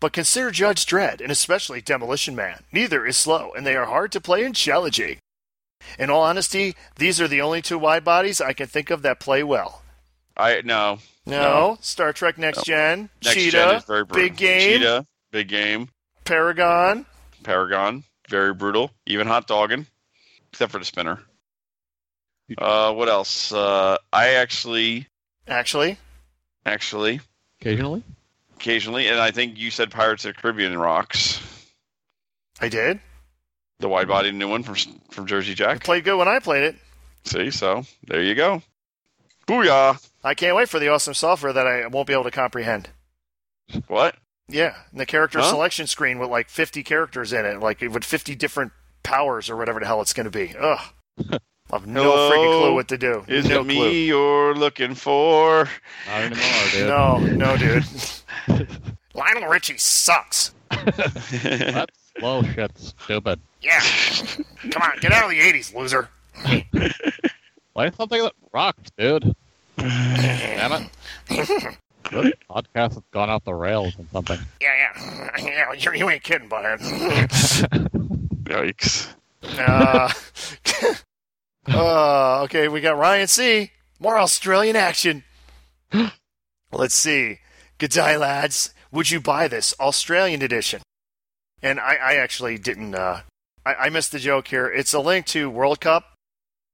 C: But consider Judge Dredd and especially Demolition Man. Neither is slow, and they are hard to play and challenging. In all honesty, these are the only two wide bodies I can think of that play well.
D: I no.
C: No, Star Trek Next Gen,
D: Next
C: Cheetah,
D: gen is very brutal.
C: Big Game,
D: Cheetah, big game.
C: Paragon.
D: Paragon, very brutal. Even hot dogging, except for the spinner. Uh, what else? Uh, I actually,
C: Actually,
D: actually,
E: Occasionally,
D: occasionally, and I think you said Pirates of the Caribbean rocks.
C: I did.
D: The wide body new one from from Jersey
C: I
D: Jack.
C: played good when I played it.
D: See, so there you go. Booyah!
C: I can't wait for the awesome software that I won't be able to comprehend.
D: What?
C: Yeah, and the character
D: Huh?
C: selection screen with like 50 characters in it, like with 50 different powers or whatever the hell it's going to be. Ugh. I have no
D: Hello?
C: freaking clue what to do.
D: Is
C: no
D: it me you're looking for?
E: not anymore,
C: clue.
E: dude.
C: No, no, dude.
F: Lionel Richie sucks.
E: That's bullshit, stupid.
F: Yeah. Come on, get out of the 80s, loser.
E: Play something that rocks, dude. Damn it. This podcast has gone off the rails and something.
F: Yeah, yeah. yeah you, you ain't kidding, bud.
D: Yikes!
C: Uh, uh, okay, we got Ryan C. More Australian action. Let's see. Good day, lads. Would you buy this Australian edition? And I, I actually didn't. Uh, I, I missed the joke here. It's a link to World Cup,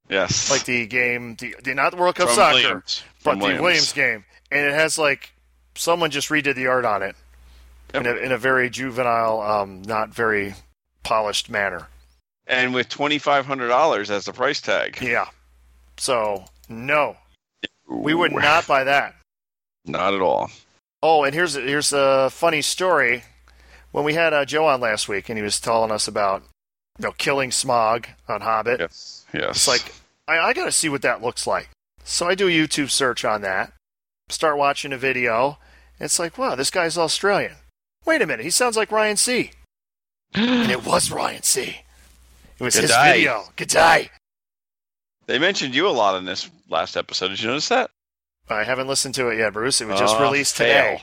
D: Yes,
C: like the game, the, the not the World Cup
D: From
C: soccer,
D: Williams.
C: but
D: From
C: the Williams game, and it has like someone just redid the art on it
D: Yep.
C: in, a, in a very juvenile, um, not very polished manner.
D: and with twenty five hundred dollars as the price tag.
C: Yeah. So, no. We would not buy that.
D: Not at all.
C: Oh, and here's here's a funny story. When we had uh, Joe on last week, and he was telling us about you know killing smog on Hobbit.
D: Yes. Yes.
C: It's like I, I got to see what that looks like. So I do a YouTube search on that. Start watching a video. and It's like, wow, this guy's Australian. Wait a minute, he sounds like Ryan C. And it was Ryan C. It was his
D: G'day.
C: video. Good day.
D: They mentioned you a lot in this last episode. Did you notice that?
C: I haven't listened to it yet, Bruce. It was just
D: Ah,
C: released
D: fail.
C: today.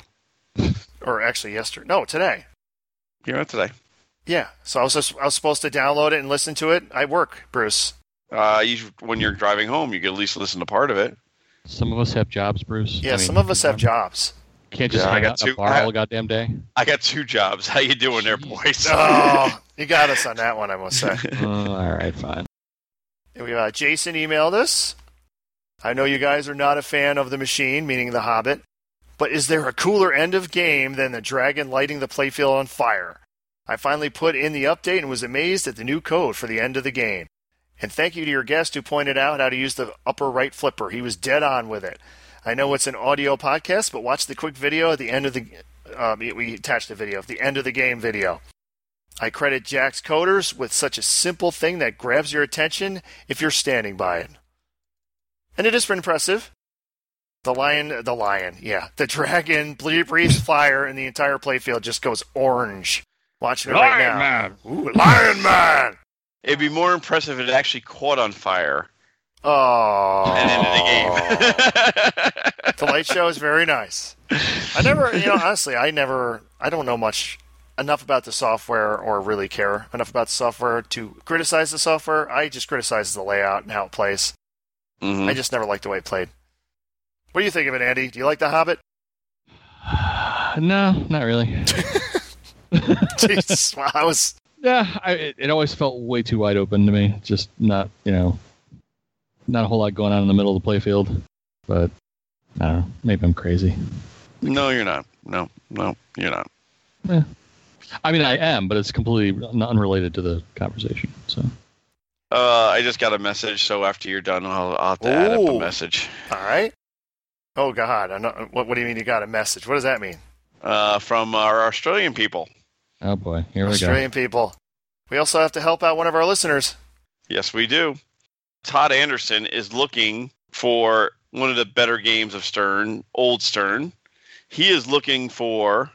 C: or actually yesterday. No, today.
D: Came out today.
C: Yeah. So I was just, I was supposed to download it and listen to it. I work, Bruce.
D: Uh, you, when you're driving home, you can at least listen to part of it.
E: Some of us have jobs, Bruce.
C: Yeah.
E: I mean,
C: some of us have jobs.
E: Can't just
D: Yeah, I
E: hang
D: got
E: out in a
D: two-
E: bar
D: I-
E: all goddamn day.
D: I got two jobs. How you doing there, boys?
C: Oh, you got us on that one, I must say.
E: Uh, all right, fine.
C: We uh, Jason emailed us. I know you guys are not a fan of the machine, meaning the Hobbit, but is there a cooler end of game than the dragon lighting the playfield on fire? I finally put in the update and was amazed at the new code for the end of the game. And thank you to your guest who pointed out how to use the upper right flipper. He was dead on with it. I know it's an audio podcast, but watch the quick video at the end of the. Uh, we- we attached the video, the end of the game video. I credit Jack's Coders with such a simple thing that grabs your attention if you're standing by it. And it is for impressive. The lion, the lion, yeah. The dragon ble- breathes fire, and the entire playfield just goes orange. Watching it right now.
D: Man.
C: Ooh, Lion Man!
D: It'd be more impressive if it actually caught on fire
C: Oh.
D: and ended the game.
C: the light show is very nice. I never, you know, honestly, I never, I don't know much enough about the software or really care enough about the software to criticize the software. I just criticize the layout and how it plays.
D: Mhm.
E: Mm-hmm.
C: I just never liked the way it played. What do you think of it, Andy? Do you like The Hobbit?
E: Uh, No, not really.
C: Jeez, wow, I was.
E: Yeah, I, it, it always felt way too wide open to me. Just not, you know, not a whole lot going on in the middle of the playfield. But I don't know. Maybe I'm crazy.
D: No, you're not. No, no, you're not.
E: I mean, I am, but it's completely un- unrelated to the conversation. So
D: Uh, I just got a message, so after you're done, I'll, I'll have to add up
C: Ooh.
D: a message.
C: All right. Oh God! I'm not, what, what do you mean you got a message? What does that mean?
D: Uh, from our Australian people.
E: oh boy, here we go.
C: Australian people. We also have to help out one of our listeners.
D: Yes, we do. Todd Anderson is looking for one of the better games of Stern, old Stern. He is looking for.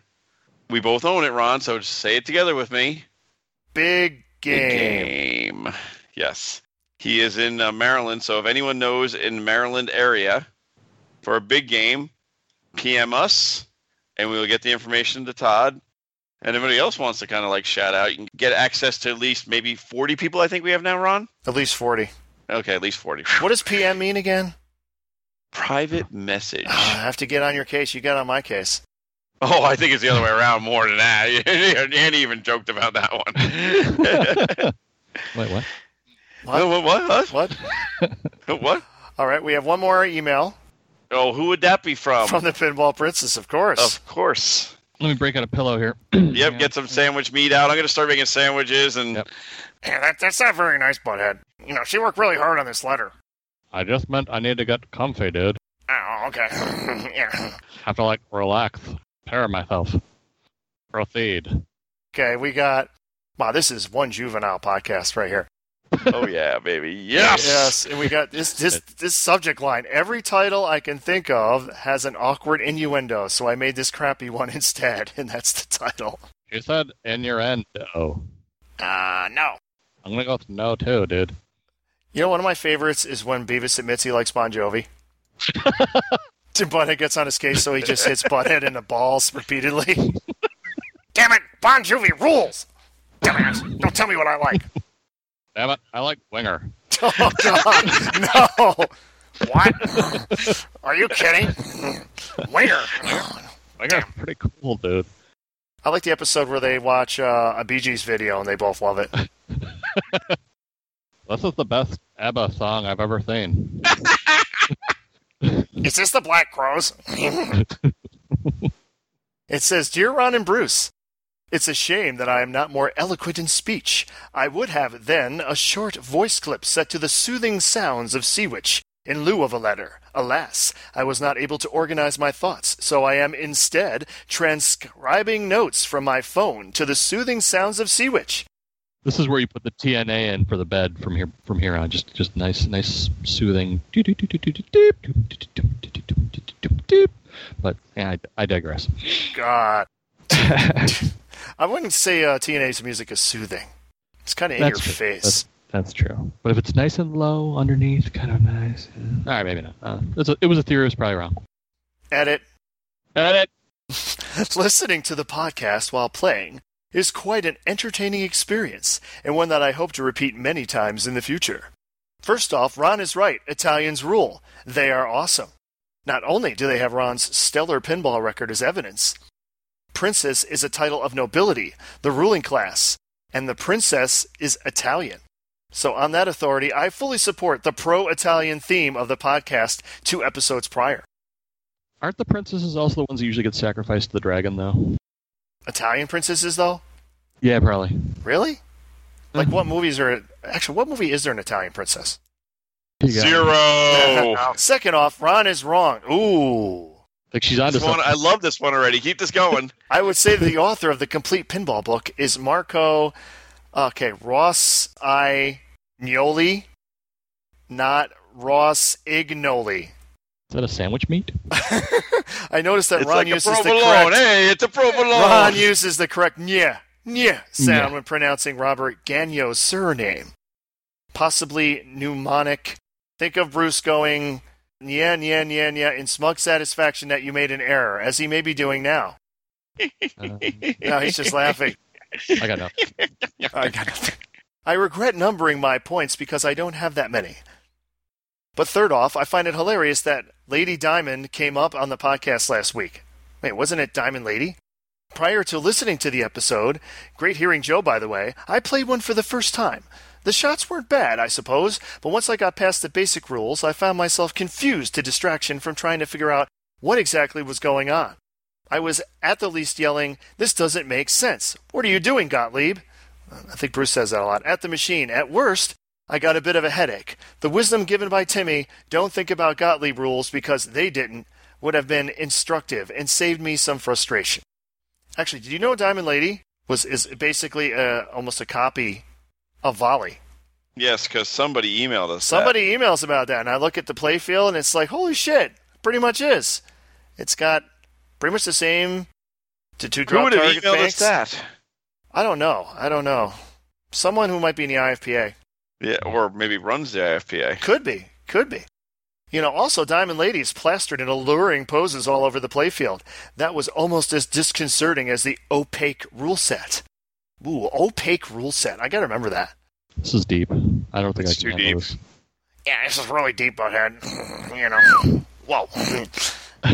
D: We both own it, Ron. So just say it together with me.
C: Big game.
D: Game. Yes. He is in uh, Maryland. So if anyone knows in Maryland area for a big game, PM us and we will get the information to Todd. And anybody else wants to kind of like shout out, you can get access to at least maybe 40 people, I think we have now, Ron.
C: At least forty.
D: Okay, at least 40.
C: What does PM mean again?
D: Private message.
C: I have to get on your case. You got on my case.
D: Oh, I think it's the other way around more than that. Andy even joked about that one.
E: Wait, what?
C: What?
D: what? What?
C: What?
D: What? What?
C: All right, we have one more email
D: Oh, who would that be from?
C: from the Pinball Princess, of course.
D: Of course.
E: Let me break out a pillow here.
D: Yep, get some sandwich meat out. I'm going to start making sandwiches and
E: Yep.
F: Yeah, that, that's not very nice, Butthead. You know, she worked really hard on this letter.
E: I just meant I need to get comfy, dude.
F: Oh, okay. yeah.
E: Have to like relax, prepare myself, proceed.
C: Okay, we got. Wow, this is one juvenile podcast right here.
D: oh yeah, baby. Yes.
C: Yes, and we got this this this subject line. Every title I can think of has an awkward innuendo, so I made this crappy one instead, and that's the title.
E: You said in your end. Oh,
F: Uh, no.
E: I'm gonna go with no too, dude.
C: You know, one of my favorites is when Beavis admits he likes Bon Jovi. Tim Butthead gets on his case, so he just hits Butthead in the balls repeatedly.
F: Damn it! Bon Jovi rules! Damn it! Don't tell me what I like.
E: Damn it, I like winger.
C: Oh God, no!
F: What? Are you kidding? Waiter!
E: Winger's pretty cool, dude.
C: I like the episode where they watch uh, a Bee Gees video and they both love it.
E: This is the best ABBA song I've ever seen.
F: Is this the Black Crows?
C: It says, Dear Ron and Bruce, it's a shame that I am not more eloquent in speech. I would have then a short voice clip set to the soothing sounds of Sea Witch in lieu of a letter. Alas, I was not able to organize my thoughts, so I am instead transcribing notes from my phone to the soothing sounds of Sea Witch.
E: This is where you put the TNA in for the bed from here from here on. Just just nice nice soothing. But yeah, I, I digress.
C: God. I wouldn't say uh, TNA's music is soothing. It's kind of in your
E: That's true.
C: face.
E: That's, that's true. But if it's nice and low underneath, kind of nice. yeah. All right, maybe not. Uh, it's a, it was a theory. It was probably wrong.
C: Edit.
E: Edit.
C: Listening to the podcast while playing is quite an entertaining experience and one that I hope to repeat many times in the future. First off, Ron is right. Italians rule. They are awesome. Not only do they have Ron's stellar pinball record as evidence, princess is a title of nobility, the ruling class, and the princess is Italian. So, on that authority, I fully support the pro Italian theme of the podcast two episodes prior.
E: Aren't the princesses also the ones that usually get sacrificed to the dragon, though?
C: Italian princesses, though?
E: Yeah, probably.
C: Really? Like, what movies are. Actually, what movie is there an Italian princess?
E: You got it.
D: Zero.
C: Second off, Ron is wrong. Ooh.
E: Like she's onto
D: This one,
E: something.
D: I love this one already. Keep this going.
C: I would say the author of the complete pinball book is Marco. Okay, Ross I. Gnoli, not Ross Ignoli.
E: Is that a sandwich meat?
C: I noticed that
D: it's
C: Ron
D: like a
C: uses the
D: provolone. eh?
C: correct
D: Hey, it's a provolone.
C: Ron uses the correct "nya" "nya" sound
E: Yeah.
C: when pronouncing Robert Gagneau's surname. Possibly mnemonic. Think of Bruce going "nya nya nya nya" in smug satisfaction that you made an error, as he may be doing now.
E: Um,
C: No, he's just laughing.
E: I got no.
C: I got nothing. I regret numbering my points because I don't have that many. But third off, I find it hilarious that Lady Diamond came up on the podcast last week. Wait, wasn't it Diamond Lady? Prior to listening to the episode, great hearing Joe, by the way, I played one for the first time. The shots weren't bad, I suppose, but once I got past the basic rules, I found myself confused to distraction from trying to figure out what exactly was going on. I was at the least yelling, This doesn't make sense. What are you doing, Gottlieb? I think Bruce says that a lot. At the machine, at worst, I got a bit of a headache. The wisdom given by Timmy, don't think about Gottlieb rules because they didn't, would have been instructive and saved me some frustration. Actually, did you know Diamond Lady was is basically uh almost a copy of Volley?
D: Yes, because somebody emailed us. that.
C: Somebody emails about that, and I look at the playfield, and it's like, holy shit, pretty much is. It's got pretty much the same to two
D: Who
C: drop
D: would have
C: target
D: emailed us
C: banks.
D: that?
C: I don't know. I don't know. Someone who might be in the IFPA.
D: Yeah, or maybe runs the IFPA.
C: Could be. Could be. You know, also Diamond Lady is plastered in alluring poses all over the playfield. That was almost as disconcerting as the opaque rule set. Ooh, opaque rule set. I gotta remember that.
E: This is deep. I don't think
D: It's
E: I can
D: too
E: handle
D: deep.
E: this.
F: Yeah, this is really deep, butthead. You know.
C: Whoa.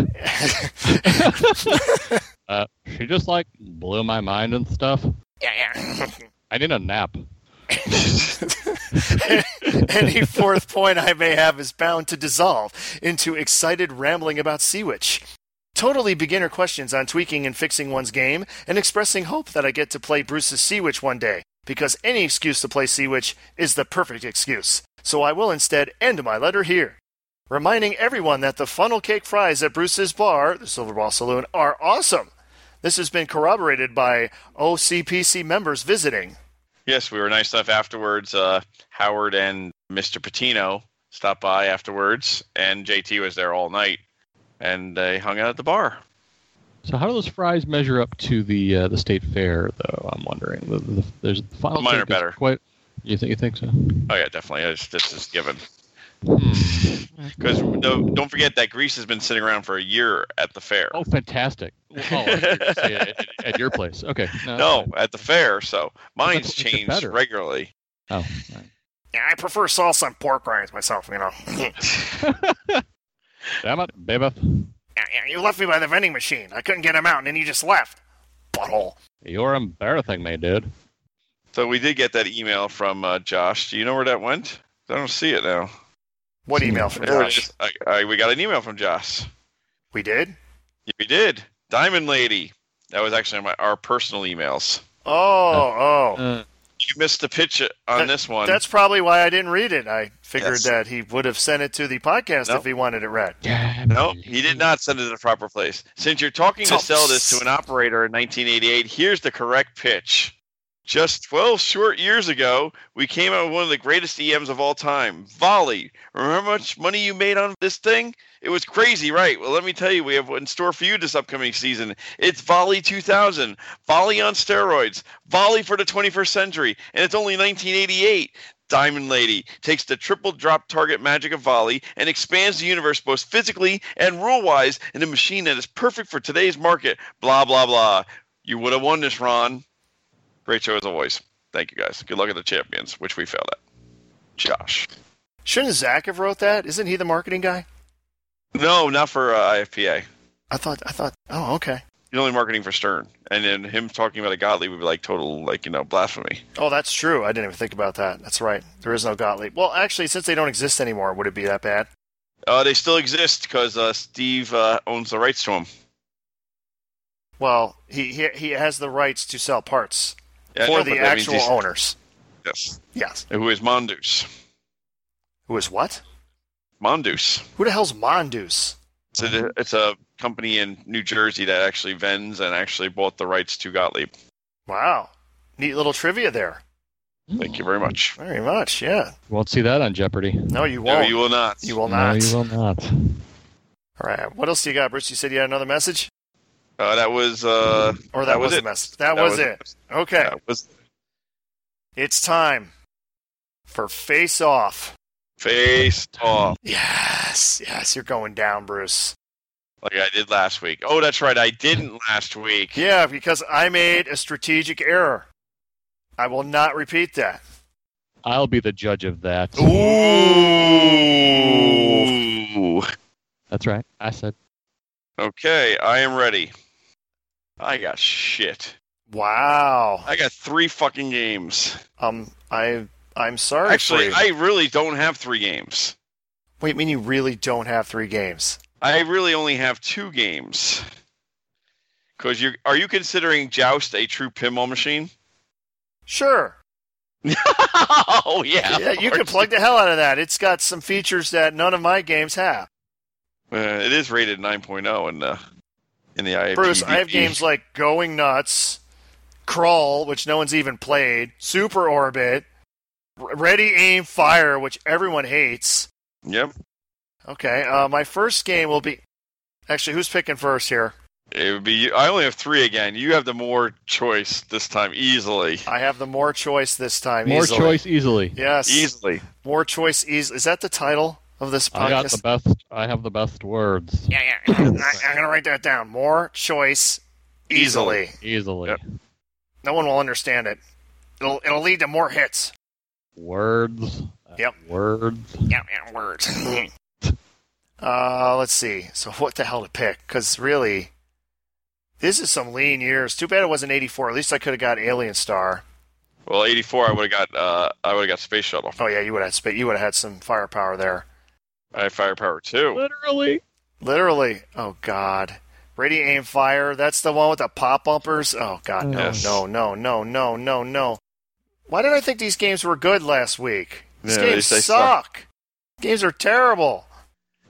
E: Uh, she just like blew my mind and stuff.
F: Yeah, yeah.
E: I need a nap.
C: Any fourth point I may have is bound to dissolve into excited rambling about Sea Witch. Totally beginner questions on tweaking and fixing one's game, and expressing hope that I get to play Bruce's Sea Witch one day, because any excuse to play Sea Witch is the perfect excuse. So I will instead end my letter here, reminding everyone that the funnel cake fries at Bruce's bar, the Silver Ball Saloon, are awesome. This has been corroborated by OCPC members visiting.
D: Yes, we were nice enough afterwards. Uh, Howard and Mr. Patino stopped by afterwards, and JT was there all night, and they hung out at the bar.
E: So how do those fries measure up to the uh, the state fair, though? I'm wondering. The, the, there's the final.
D: Mine are
E: cake is
D: better.
E: Quite. You think you think so? Hmm.
D: Oh yeah, definitely. It's, this is given. Because don't forget that grease has been sitting around for a year at the fair.
E: Oh, fantastic! Oh, I was gonna say at, at- at your place. Okay.
D: no, at the fair. So mine's
E: that's what makes it
D: changed
E: better.
D: regularly.
E: Oh. all right.
F: yeah, I prefer salsa and pork rinds myself, you know. Yeah,
E: Damn it, baby.
F: yeah, you left me by the vending machine. I couldn't get him out, and then you just left. Butthole.
E: You're embarrassing me, dude.
D: So we did get that email from uh, Josh. Do you know where that went? I don't see it now. Hmm.
C: What email from
D: There it
C: Josh?
D: is. I, I, we got an email from Josh.
C: We did?
D: Yeah, we did. Diamond Lady. That was actually my, our personal emails.
C: Oh, oh.
D: You missed the pitch on this one.
C: That's probably why I didn't read it. I figured
D: Yes.
C: that he would have sent it to the podcast
D: Nope.
C: if he wanted it read.
E: Yeah,
D: no, he did not send it to the proper place. Since you're talking to
C: Tops.
D: sell this to an operator in 1988, here's the correct pitch. Just 12 short years ago, we came out with one of the greatest EMs of all time, Volley. Remember how much money you made on this thing? It was crazy, right? Well, let me tell you, we have in store for you this upcoming season. It's Volley 2000, Volley on steroids, Volley for the 21st century, and it's only 1988. Diamond Lady takes the triple drop target magic of Volley and expands the universe both physically and rule wise in a machine that is perfect for today's market. Blah, blah, blah. You would have won this, Ron. Great show as always. Thank you guys. Good luck at the champions, which we failed at. Josh.
C: Shouldn't Zach have wrote that? Isn't he the marketing guy?
D: No, not for uh, IFPA.
C: I thought, I thought, oh, okay.
D: You're only marketing for Stern, and then him talking about a Gottlieb would be like total, like you know, blasphemy.
C: Oh, that's true. I didn't even think about that. That's right. There is no Gottlieb. Well, actually, since they don't exist anymore, would it be that bad?
D: Uh, they still exist because uh, Steve uh, owns the rights to them.
C: Well, he, he he has the rights to sell parts
D: Yeah,
C: for
D: no, but
C: the
D: that means
C: actual
D: he's-
C: owners.
D: Yes.
C: Yes.
D: Who is Mondoose?
C: Who is what?
D: Mondoose.
C: Who the hell's Mondoose?
D: It's
C: Mm-hmm.
D: a, it's a company in New Jersey that actually vends and actually bought the rights to Gottlieb.
C: Wow. Neat little trivia there.
D: Thank you very much.
C: Very much. Yeah.
E: You won't see that on Jeopardy.
C: No, you
D: No,
C: won't.
D: you will not.
C: You will
E: No,
C: not.
E: you will not.
C: All right. What else do you got, Bruce? You said you had another message,
D: Uh, that was. Uh,
C: or that, was,
D: it.
C: the message. That, was, it. Okay.
D: That was
C: It's time for Face Off.
D: face off,
C: Yes. Yes. You're going down, Bruce.
D: like I did last week. Oh, that's right. I didn't last week.
C: Yeah, because I made a strategic error. I will not repeat that.
E: I'll be the judge of that.
D: Ooh.
E: That's right. I said
D: Okay, I am ready. I got shit.
C: Wow.
D: I got three fucking games.
C: Um, I I'm sorry. for
D: Actually,
C: you.
D: I really don't have three games.
C: wait. I mean, you really don't have three games.
D: I really only have two games. Cause you are you considering Joust a true pinball machine?
C: Sure.
D: oh yeah.
C: Yeah, you
D: can
C: can plug the hell out of that. It's got some features that none of my games have.
D: Uh, it is rated 9.0 in the in the IMDb.
C: Bruce, I have games like Going Nuts, Crawl, which no one's even played, Super Orbit, R- Ready Aim Fire, which everyone hates.
D: Yep.
C: Okay, uh, my first game will be. Actually, who's picking first here?
D: It would be. you- I only have three again. You have the more choice this time, easily.
C: I have the more choice this time.
E: more
C: easily.
E: choice easily.
C: Yes.
D: Easily.
C: More choice. Easy. Is that the title of this
E: I got
C: podcast?
E: the best. I have the best words
F: Yeah, yeah. I, I'm gonna write that down.
C: More choice easily.
E: easily.
D: Yep.
C: No one will understand it.
F: It'll it'll lead to more hits.
E: Words. uh,
C: Yep.
E: Words.
F: Yeah, yeah. Words.
C: Uh, let's see. So what the hell to pick? Because really, this is some lean years. Too bad it wasn't '84. At least I could have got Alien Star.
D: Well, 84. I would have got. Uh, I would have got Space Shuttle.
C: Oh yeah, you would have sp- you would have had some firepower there.
D: I have Firepower 2.
E: Literally.
C: Literally. Oh God. Ready aim fire. That's the one with the pop bumpers. Oh God. No
D: Yes.
C: no no no no no no. Why did I think these games were good last week? These
D: Yeah, they
C: games
D: say
C: suck.
D: suck.
C: Games are terrible.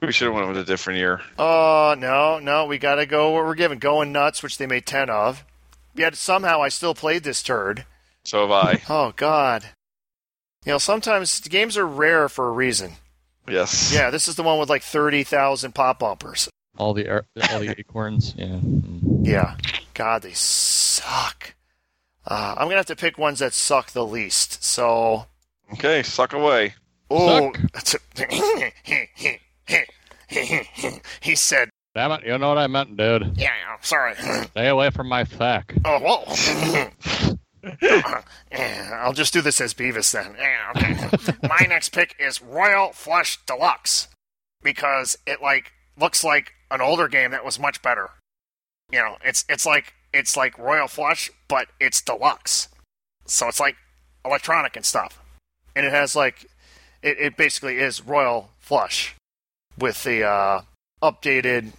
D: We should have went with a different year.
C: Oh, no, no, we got to go what we're given. Going nuts, which they made 10 of. Yet somehow I still played this turd.
D: So have I.
C: Oh, God. You know, sometimes games are rare for a reason.
D: Yes.
C: Yeah, this is the one with like 30,000 pop bumpers.
E: All the ar- all the acorns. Yeah. Mm.
C: Yeah. God, they suck. Uh, I'm going to have to pick ones that suck the least. So,
D: Okay. Suck away.
C: oh,
F: he said,
E: Damn it! You know what I meant, dude.
F: "Yeah, yeah, I'm sorry.
E: Stay away from my sack.
F: oh, whoa.
C: eh, I'll just do this as Beavis then.
F: yeah, okay. My next pick is Royal Flush Deluxe because it like looks like an older game that was much better. You know, it's it's like it's like Royal Flush, but it's deluxe. So it's like electronic and stuff.
C: and it has like it, it basically is royal flush with the uh, updated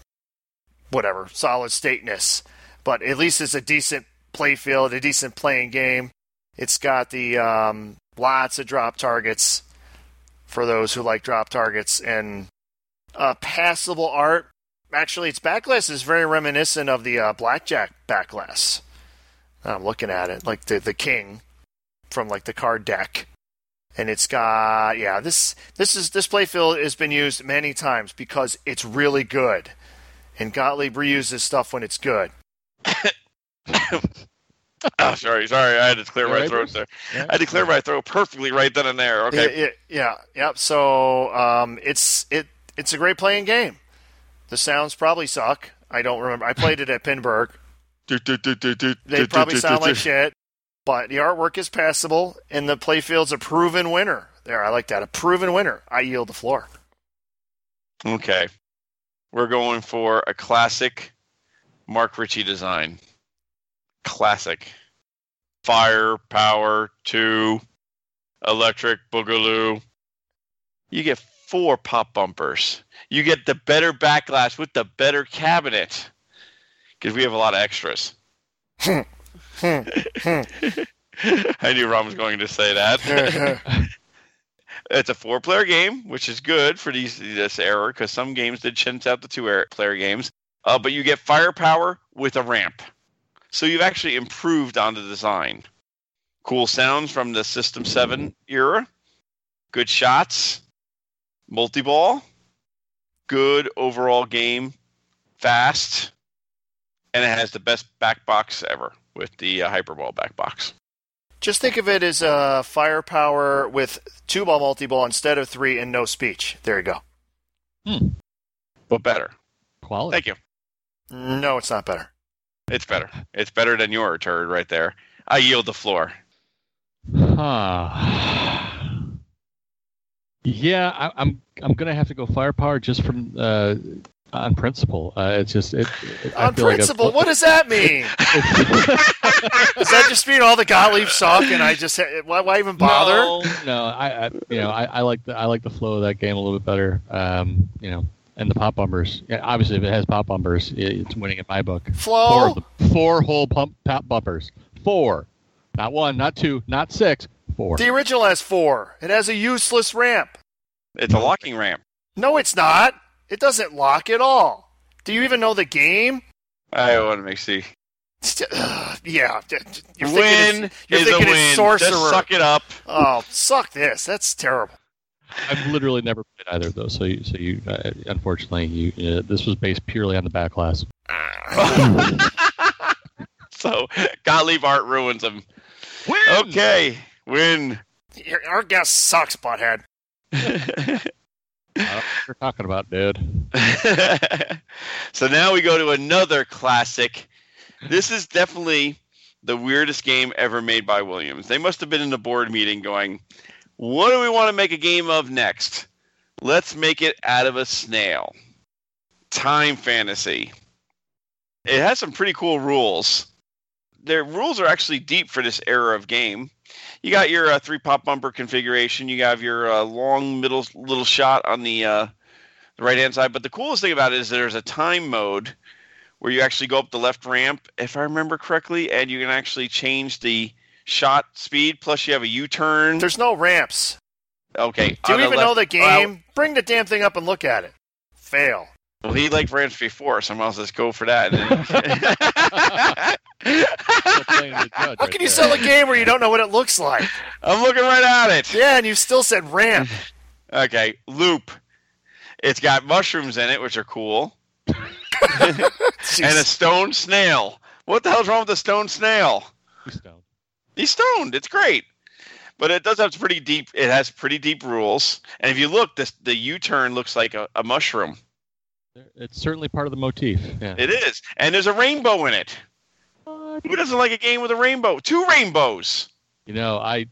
C: whatever solid stateness but at least it's a decent play field a decent playing game it's got the um, lots of drop targets for those who like drop targets and uh, passable art actually its backlash is very reminiscent of the uh, blackjack backlash i'm looking at it like the, the king from like the card deck and it's got yeah this this is this playfield has been used many times because it's really good and gottlieb reuses stuff when it's good
D: Ah, sorry. Sorry. I had to clear
E: You
D: my
E: right,
D: throat
E: Bruce?
D: there.
E: Yeah.
D: I had to clear my throat perfectly right then and there. Okay.
C: yeah, yeah, yeah yep so um, it's it it's a great playing game the sounds probably suck i don't remember i played it at pinburg they probably sound like shit but the artwork is passable and the playfield's a proven winner there i like that a proven winner i yield the floor
D: Okay. We're going for a classic Mark Ritchie design. Classic. Fire, power, two, electric, boogaloo. You get four pop bumpers. You get the better backlash with the better cabinet because we have a lot of extras. I knew Ron was going to say that. it's a four-player game, which is good for these this era because some games did chintz out the two-player games. Uh, but you get firepower with a ramp, so you've actually improved on the design. Cool sounds from the System Seven era, good shots, multi-ball, good overall game, fast, and it has the best back box ever with the uh, hyperball back box.
C: Just think of it as uh, firepower with two ball multi ball instead of three and no speech. There you go.
E: Hmm.
D: But better.
E: Quality.
D: Thank you.
C: No, it's not better.
D: It's better. It's better than your turd right there. I yield the floor.
E: Huh. Yeah, I, I'm. I'm gonna have to go firepower just from uh, on principle. Uh, it's just it. it I
C: On
E: feel like that's-
C: principle, what does that mean? does that just mean all the Gottlieb suck and I just why, why even bother?
E: No, no, I, I you know I, I like the I like the flow of that game a little bit better. Um, you know, and the pop bumpers. Yeah, obviously, if it has pop bumpers, it, it's winning in my book. Four,
C: Flow.
E: of the- four whole pump pop bumpers. Four, not one, not two, not six, four.
C: The original has four. It has a useless ramp.
D: It's a locking ramp.
C: No, it's not. It doesn't lock at all. Do you even know the game?
D: I want to make see.
C: Ugh, yeah, you're thinking
D: win
C: it's, you're
D: is
C: thinking it's
D: a win.
C: sorcerer.
D: Just suck it up.
C: Oh, suck this. That's terrible.
E: I've literally never played either of those. So, you, so you, uh, unfortunately, you uh, this was based purely on the backlash.
D: So Gottlieb Art ruins him. Okay, win.
C: Your- Our guest sucks, butthead.
E: I don't know what you're talking about, dude.
D: so now we go to another classic. This is definitely the weirdest game ever made by Williams. They must have been in the board meeting going, What do we want to make a game of next? Let's make it out of a snail. Time fantasy. It has some pretty cool rules. Their rules are actually deep for this era of game. You got your uh, three pop bumper configuration. You have your uh, long middle little shot on the uh, the right hand side. But the coolest thing about it is there's a time mode where you actually go up the left ramp, if I remember correctly, and you can actually change the shot speed. Plus, you have a U turn.
C: There's no ramps.
D: Okay.
C: Do you
D: on
C: even know the
D: left-
C: game? Bring the damn thing up and look at it. Fail.
D: Well, he liked ramps before, so I might as well just go for that.
E: Still playing the judge
C: How
E: right
C: can you
E: there.
C: sell a game where you don't know what it looks like?
D: I'm looking right at it.
C: Yeah, and you still said ramp.
D: Okay, loop. It's got mushrooms in it, which are cool, and a stone snail. What the hell's wrong with a stone snail?
E: Stone.
D: He's stoned. It's great. But it does have pretty deep. It has pretty deep rules, and if you look, this the U turn looks like a, a mushroom.
E: It's certainly part of the motif. Yeah.
D: It is, and there's a rainbow in it. Who doesn't like a game with a rainbow? Two rainbows.
E: You know, I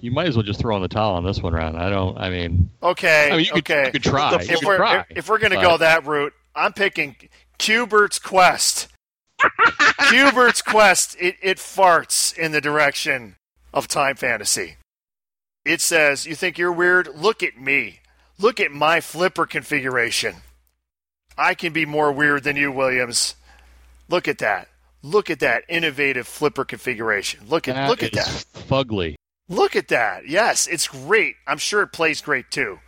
E: you might as well just throw in the towel on this one, Ron. I don't. I mean,
C: Okay.
E: I mean, you could,
C: okay.
E: you could try.
D: If
E: You
C: if
E: could
C: we're
E: try.
C: if, if we're gonna
E: but-
C: go that route, I'm picking Cubert's Quest. Cubert's Quest. It it farts in the direction of time fantasy. It says, "You think you're weird? Look at me. Look at my flipper configuration. I can be more weird than you, Williams. Look at that. Look at that innovative flipper configuration. Look at look at
E: is
C: that.
E: Fugly.
C: Look at that. Yes, it's great. I'm sure it plays great too."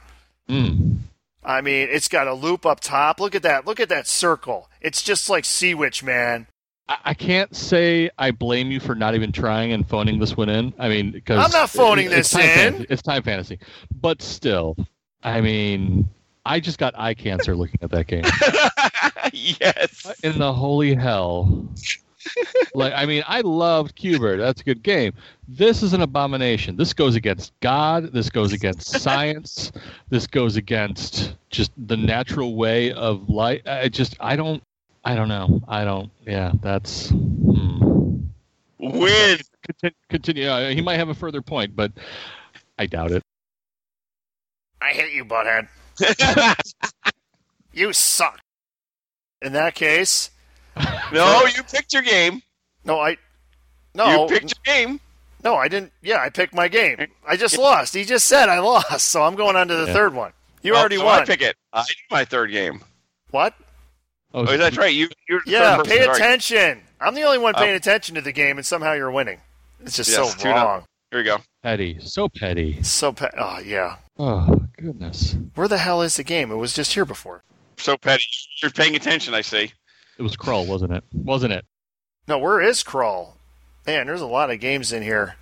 E: Mm.
C: I mean, it's got a loop up top. Look at that. Look at that circle. It's just like Sea Witch, man.
E: I, I can't say I blame you for not even trying and phoning this one in. I mean, because
C: I'm not phoning
E: it's
C: this
E: time
C: in.
E: fantasy- it's time fantasy, but still, I mean, I just got eye cancer looking at that game.
D: yes.
E: What in the holy hell? like, I mean, I loved Cubert. That's a good game. This is an abomination. This goes against God. This goes against science. This goes against just the natural way of life. I just, I don't, I don't know. I don't. Yeah, that's. Hmm.
D: Win.
E: Continue. continue. Uh, he might have a further point, but I doubt it.
C: I hate you, butthead. You suck. In that case,
D: No, you picked your game.
C: no, I, no,
D: You picked your game.
C: no, I didn't. Yeah, I picked my game. I just lost. He just said I lost, so I'm going on to the
E: Yeah.
C: third one. You
D: Oh,
C: already
D: so
C: won.
D: I pick it. I did my third game.
C: What?
E: Oh,
D: Oh, that's right. You, you're the
C: Yeah,
D: third person.
C: pay
D: Sorry.
C: attention. I'm the only one
D: Oh.
C: paying attention to the game, and somehow you're winning. It's just
D: Yes,
C: so
D: two nothing.
C: wrong.
D: Here we go.
E: petty. So petty.
C: So, pe- oh yeah,
E: Oh goodness.
C: where the hell is the game? It was just here before.
D: So petty. You're paying attention. I see.
E: It was Krull, wasn't it? Wasn't it?
C: No, where is Crawl? Man, there's a lot of games in here.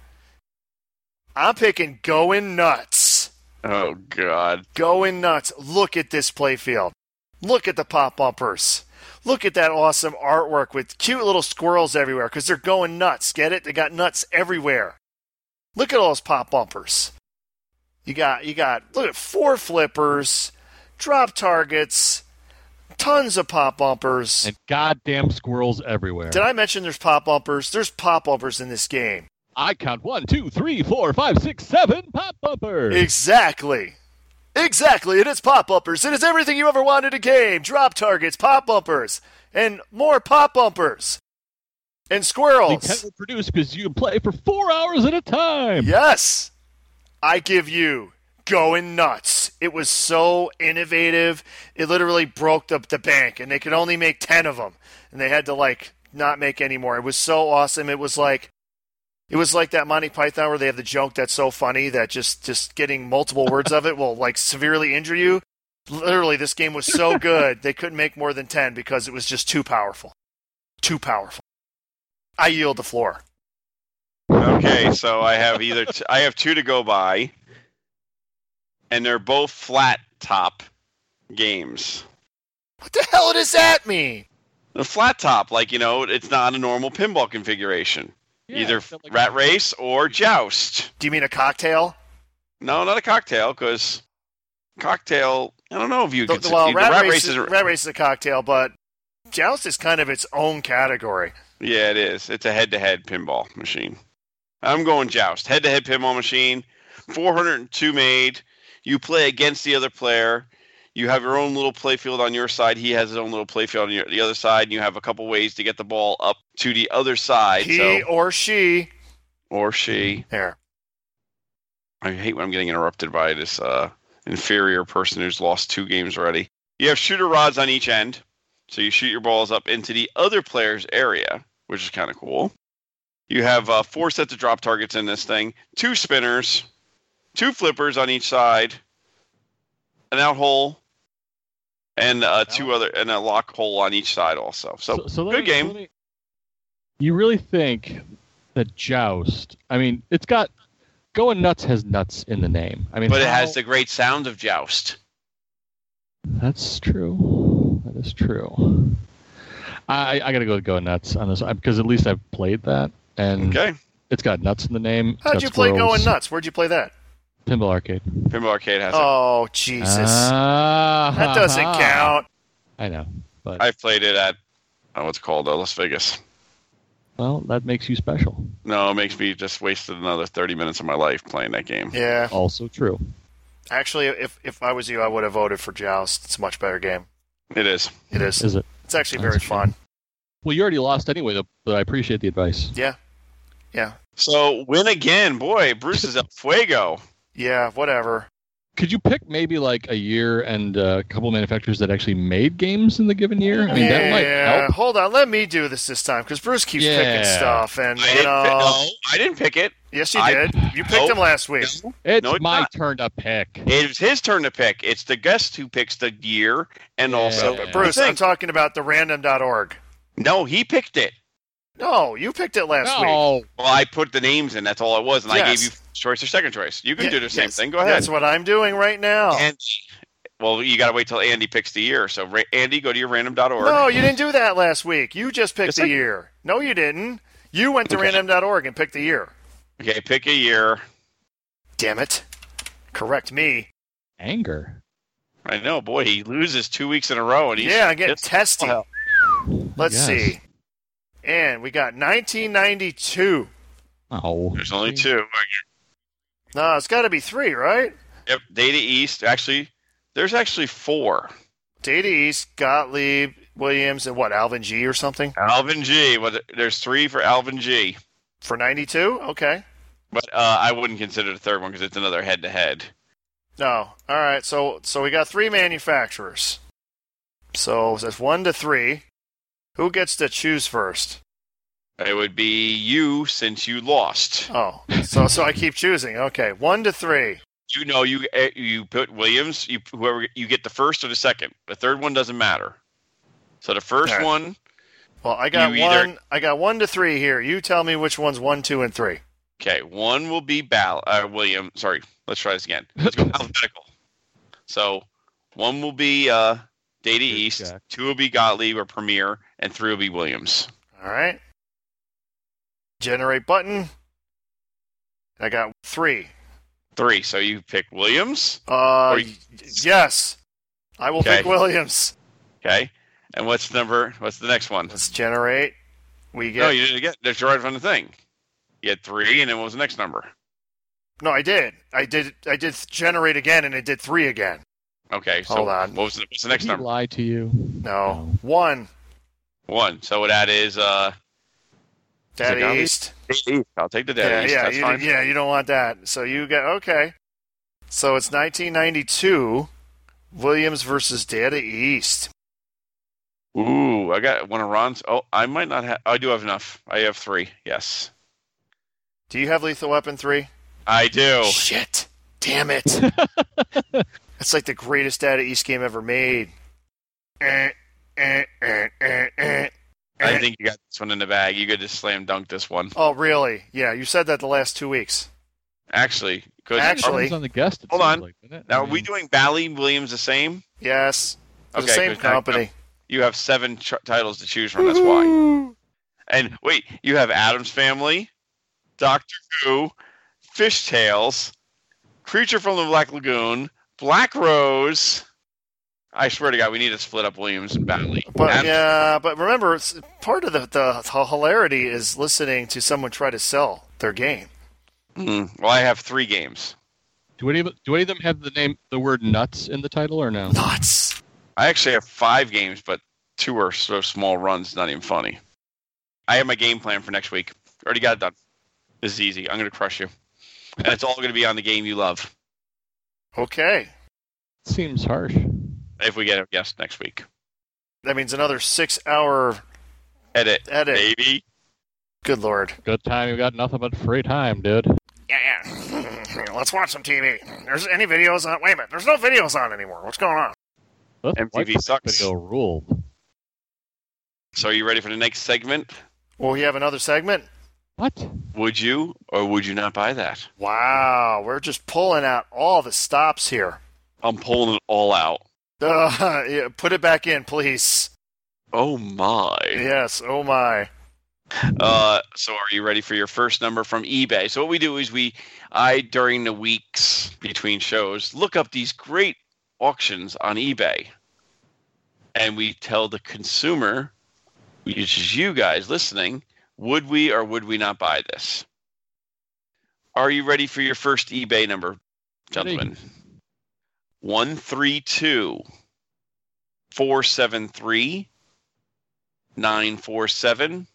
C: I'm picking going nuts.
D: Oh God.
C: Going nuts. Look at this playfield. Look at the pop bumpers. Look at that awesome artwork with cute little squirrels everywhere because they're going nuts. Get it? They got nuts everywhere. Look at all those pop bumpers. You got you got look at four flippers, drop targets, tons of pop bumpers.
E: And goddamn squirrels everywhere.
C: Did I mention there's pop bumpers? There's pop bumpers in this game.
E: I count one, two, three, four, five, six, seven pop bumpers.
C: Exactly. Exactly. It is pop bumpers. It is everything you ever wanted in a game. Drop targets, pop bumpers, and more pop bumpers. And squirrels.
E: Nintendo produced because you play for four hours at a time.
C: Yes. I give you going nuts. It was so innovative. It literally broke the, the bank, and they could only make 10 of them. And they had to, like, not make any more. It was so awesome. It was like. It was like that Monty Python where they have the joke that's so funny that just just getting multiple words of it will like severely injure you. Literally, this game was so good they couldn't make more than ten because it was just too powerful, too powerful. I yield the floor.
D: Okay, so I have either t- I have two to go by, and they're both flat top games.
C: What the hell does that mean?
D: The flat top, like you know, it's not a normal pinball configuration.
E: Yeah,
D: either
E: except like-
D: Rat Race or Joust.
C: Do you mean a cocktail?
D: No, not a cocktail, because cocktail. I don't know if you
C: The-
D: could.
C: the- well,
D: the
C: rat, race,
D: Race
C: is,
D: is a-
C: rat race is a cocktail, but joust is kind of its own category.
D: Yeah, it is. It's a head-to-head pinball machine. I'm going joust. Head-to-head pinball machine. 402 made. You play against the other player. You have your own little playfield on your side. He has his own little playfield on your, the other side. And you have a couple ways to get the ball up to the other side.
C: He
D: so,
C: or she.
D: or she.
C: There.
D: I hate when I'm getting interrupted by this uh, inferior person who's lost two games already. You have shooter rods on each end, so you shoot your balls up into the other player's area, which is kind of cool. You have uh, four sets of drop targets in this thing, two spinners, two flippers on each side, an out hole, and uh, two other and a lock hole on each side also. So,
E: let
D: good
E: me-
D: game.
E: let me- you really think that Joust? I mean, it's got going nuts has nuts in the name. I mean,
D: but it
E: how-
D: has the great sound of joust.
E: That's true. That is true. I I gotta go with Go Nuts on this one, because at least I've played that and
D: Okay,
E: it's got nuts in the name. It's
C: How'd
E: got
C: you play
E: squirrels.
C: Going Nuts? Where'd you play that?
E: Pinball Arcade.
D: Pinball Arcade has it.
C: Oh, Jesus.
E: Ah,
C: that doesn't
E: ha, ha.
C: count.
E: I know, but
D: I played it at oh, what's it called uh, Las Vegas.
E: well, that makes you special.
D: No, it makes me just wasted another 30 minutes of my life playing that game.
C: Yeah.
E: Also true.
C: Actually, if, if I was you, I would have voted for Joust. It's a much better game.
D: It is.
C: It is.
E: Is it?
C: It's actually
E: That's
C: very
E: true.
C: fun.
E: Well, you already lost anyway, though, but I appreciate the advice.
C: Yeah. Yeah.
D: So, win again. Boy, Bruce is up fuego.
C: Yeah, whatever.
E: Could you pick maybe like a year and uh, a couple manufacturers that actually made games in the given year? I mean, that might
C: yeah.
E: help.
C: Hold on. Let me do this this time because Bruce keeps
E: Yeah.
C: picking stuff. And,
D: I
C: you
D: didn't, pick,
C: know.
D: no, I didn't pick it.
C: Yes, you
D: I-
C: did. You picked
D: Nope.
C: him last week.
E: It's,
D: No, it's
E: my
D: not.
E: turn to pick.
D: It's his turn to pick. It's the guest who picks the year and
E: Yeah.
D: also
E: But
C: Bruce,
D: the
C: I'm
D: thing.
C: talking about the random.org.
D: no, he picked it.
C: No, you picked it last week.
E: no,
D: Well, I put the names in. That's all it was, and I
C: Yes.
D: gave you choice or second choice. You can
C: Yeah,
D: do the same
C: yes.
D: thing. Go ahead.
C: That's what I'm doing right now.
D: And well, you got to wait till Andy picks the year. So, Ra- Andy, go to your random.org.
C: no, you didn't do that last week. You just picked
D: Yes,
C: the
D: I-
C: year. No, you didn't. You went to
D: Okay.
C: random.org and picked the year.
D: Okay, pick a year.
C: Damn it. Correct me.
E: anger.
D: I know, boy, he loses two weeks in a row, and he's
C: Yeah, I'm getting
D: pissed.
C: testy.
D: Wow.
C: Let's
E: Yes.
C: see. And we got 1992.
E: Oh,
D: There's only two.
C: No, it's got to be three, right?
D: Yep, Data East. Actually, there's actually four.
C: Data East, Gottlieb, Williams, and what, Alvin G or something?
D: Alvin G. What? There's three for Alvin G.
C: For 92? Okay.
D: But uh, I wouldn't consider the third one because it's another head-to-head.
C: No. All right. So so we got three manufacturers. So that's one to three. Who gets to choose first?
D: It would be you since you lost.
C: Oh, so so I keep choosing. Okay, one to three.
D: You know, you eh, you put Williams. You whoever you get the first or the second. The third one doesn't matter. So the first
C: All right.
D: one,
C: Well, I got
D: You either-
C: one. I got one to three here. You tell me which one's one, two, and three.
D: okay, one will be Bal uh, William. Sorry, let's try this again. Let's go alphabetical. So one will be uh, Data East.
E: Jack.
D: Two will be Gottlieb or Premier, and three will be Williams.
C: All right. Generate button. I got three.
D: Three. So you pick Williams.
C: Uh,
D: Or you-
C: yes. I will
D: Okay.
C: pick Williams.
D: Okay. And what's number? What's the next one?
C: Let's generate. We get
D: No, you didn't get. That's right from the thing. You had three, and then what was the next number?
C: No, I did. I did. I did generate again, and it did three again.
D: Okay, so
C: Hold on.
D: what was the, what's the
E: Did
D: next
E: he
D: number?
E: lie to you?
C: No, one.
D: One. So that is uh.
C: Daddy
D: Gottlieb?
C: East.
D: I'll take the
C: yeah,
D: daddy.
C: yeah,
D: That's
C: you,
D: fine.
C: yeah. You don't want that. So you get okay. So it's 1992. Williams versus Data East.
D: Ooh, I got one of Ron's. Oh, I might not have. I do have enough. I have three. Yes,
C: Do you have Lethal Weapon three?
D: I do.
C: Shit! Damn it! That's like the greatest Data East game ever made. Eh, eh, eh, eh, eh.
D: I think you got this one in the bag. You could just slam dunk this one.
C: Oh, really? Yeah, you said that the last two weeks.
D: Actually, good.
C: Actually-
E: It was on the guest. it
D: Hold
E: seems
D: on.
E: Like, didn't it?
D: now
E: I
D: are we
E: mean,
D: doing Bally Williams the same?
C: Yes. They're the
D: Okay,
C: same
D: good. Now-
C: company.
D: You have seven ch- titles to choose from. That's why. And wait, you have Adam's Family, Doctor Who, Fishtails, Creature from the Black Lagoon, Black Rose. I swear to God, we need to split up Williams and Batley.
C: But
D: Adam-
C: yeah, but remember, it's, part of the, the h- hilarity is listening to someone try to sell their game.
D: Mm, well, I have three games.
E: Do any, of, do any of them have the name, the word nuts in the title or no?
C: Nuts.
D: I actually have five games, but two are so small runs, not even funny. I have my game plan for next week. Already got it done. This is easy. I'm going to crush you. And it's all going to be on the game you love.
C: Okay,
E: Seems harsh.
D: If we get a yes next week.
C: that means another six-hour
D: Edit.
C: edit.
D: Baby.
C: Good lord.
E: Good time. You got nothing but free time, dude.
F: Yeah, yeah. Let's watch some TV. There's any videos on? Wait a minute. There's no videos on anymore. What's going on?
E: Let's
D: MTV
E: wipe this
D: sucks.
E: Video ruled.
D: So are you ready for the next segment?
C: Will we have another segment?
E: What?
D: Would you or would you not buy that?
C: Wow, we're just pulling out all the stops here.
D: I'm pulling it all out.
C: Uh, yeah, put it back in, please.
D: Oh my.
C: Yes. Oh my.
D: Uh, so are you ready for your first number from eBay? So what we do is we, I during the weeks between shows, look up these great auctions on eBay, and we tell the consumer, which is you guys listening, would we or would we not buy this? Are you ready for your first eBay number, gentlemen? One three two four seven three nine four seven.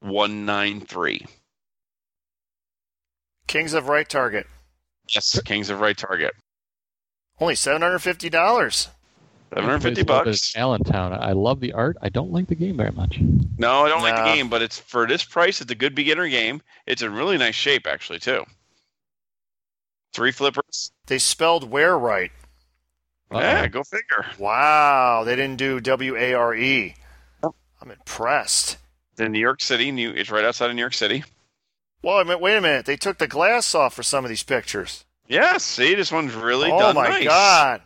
D: 193.
C: Kings of Right Target.
D: Yes, Kings of Right Target.
C: Only seven hundred fifty dollars.
D: 750
E: Place up
D: bucks.
E: in Allentown. I love the art. I don't like the game very much.
D: No, I don't like the
C: Nah.
D: game, but it's for this price, it's a good beginner game. It's in really nice shape actually, too. Three flippers.
C: They spelled where right.
E: Uh-oh.
D: Yeah, go figure.
C: Wow, they didn't do W A R E. I'm impressed.
D: It's in New York City. New, it's right outside of New York City.
C: Well, I mean, wait a minute. They took the glass off for some of these pictures.
D: Yeah, see, this one's really
C: oh
D: done
C: my
D: nice.
C: god.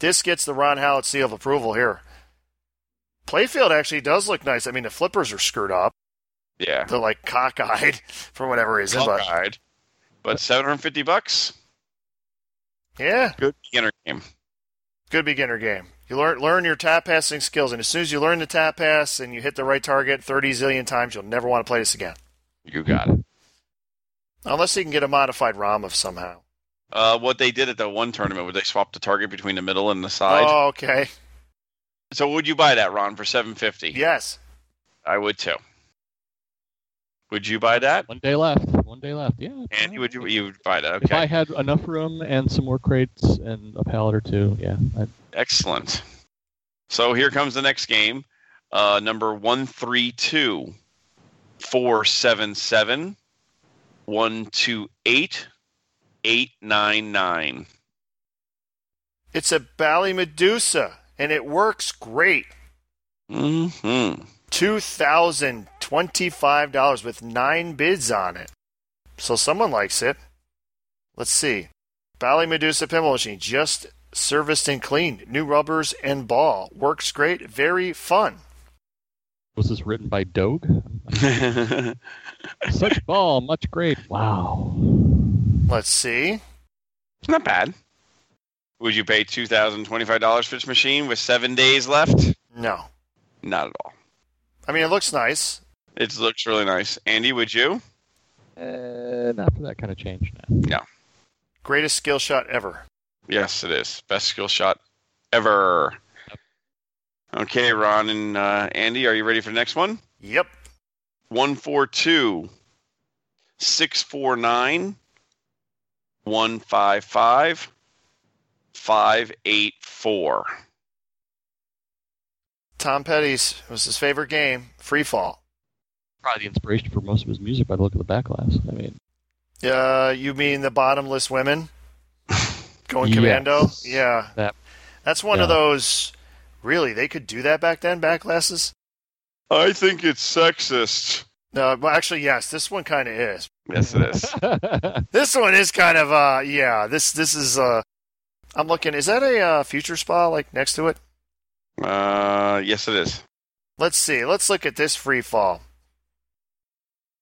C: This gets the Ron Howard seal of approval here. Playfield actually does look nice. I mean, the flippers are screwed up.
D: Yeah.
C: They're like cockeyed for whatever reason. But
D: Cockeyed. But 750 bucks.
C: yeah,
D: Good beginner game.
C: good beginner game. You learn learn your tap passing skills, and as soon as you learn the tap pass and you hit the right target 30 zillion times, you'll never want to play this again.
D: You got it.
C: Unless you can get a modified ROM of somehow.
D: Uh, what they did at the one tournament where they swapped the target between the middle and the side.
C: Oh, okay.
D: So would you buy that, Ron, for seven fifty?
C: Yes.
D: I would too. Would you buy that?
E: One day left. One day left. Yeah.
D: And you would you, you would buy that?
E: If I
D: Okay,
E: had enough room and some more crates and a pallet or two, yeah. I,
D: excellent. So here comes the next game, uh, number one three two, four seven seven, one two eight, eight nine nine.
C: It's a Bally Medusa, and it works great.
D: Hmm.
C: $2,025 with nine bids on it. So someone likes it. Let's see. Bally Medusa pinball machine, just serviced and cleaned. New rubbers and ball. Works great. Very fun.
E: was this written by Doge? Such ball, much great. Wow.
C: Let's see.
D: Not bad. Would you pay two thousand twenty-five dollars for this machine with seven days left?
C: No.
D: Not at all.
C: I mean, it looks nice.
D: It looks really nice. Andy, would you?
E: Uh, not for that kind of change now.
C: Greatest skill shot ever.
D: Yes, it is. Best skill shot ever. Okay, Ron and uh, Andy, are you ready for the next one?
C: Yep.
D: 142 649 155 584.
C: Tom Petty's was his favorite game, Free Fall.
E: Probably the inspiration for most of his music by the look of the backlash. I mean,
C: Uh, you mean the bottomless women going
E: Yes.
C: commando? Yeah,
E: That-
C: that's one of
E: yeah.
C: those. Really, they could do that back then, backlasses.
D: I think it's sexist.
C: No, well, actually, yes, this one kind of is.
D: Yes, it is.
C: This one is kind of uh, yeah. This this is uh, I'm looking. Is that a uh, future spa like next to it?
D: uh, yes, it is.
C: Let's see. Let's look at this free fall.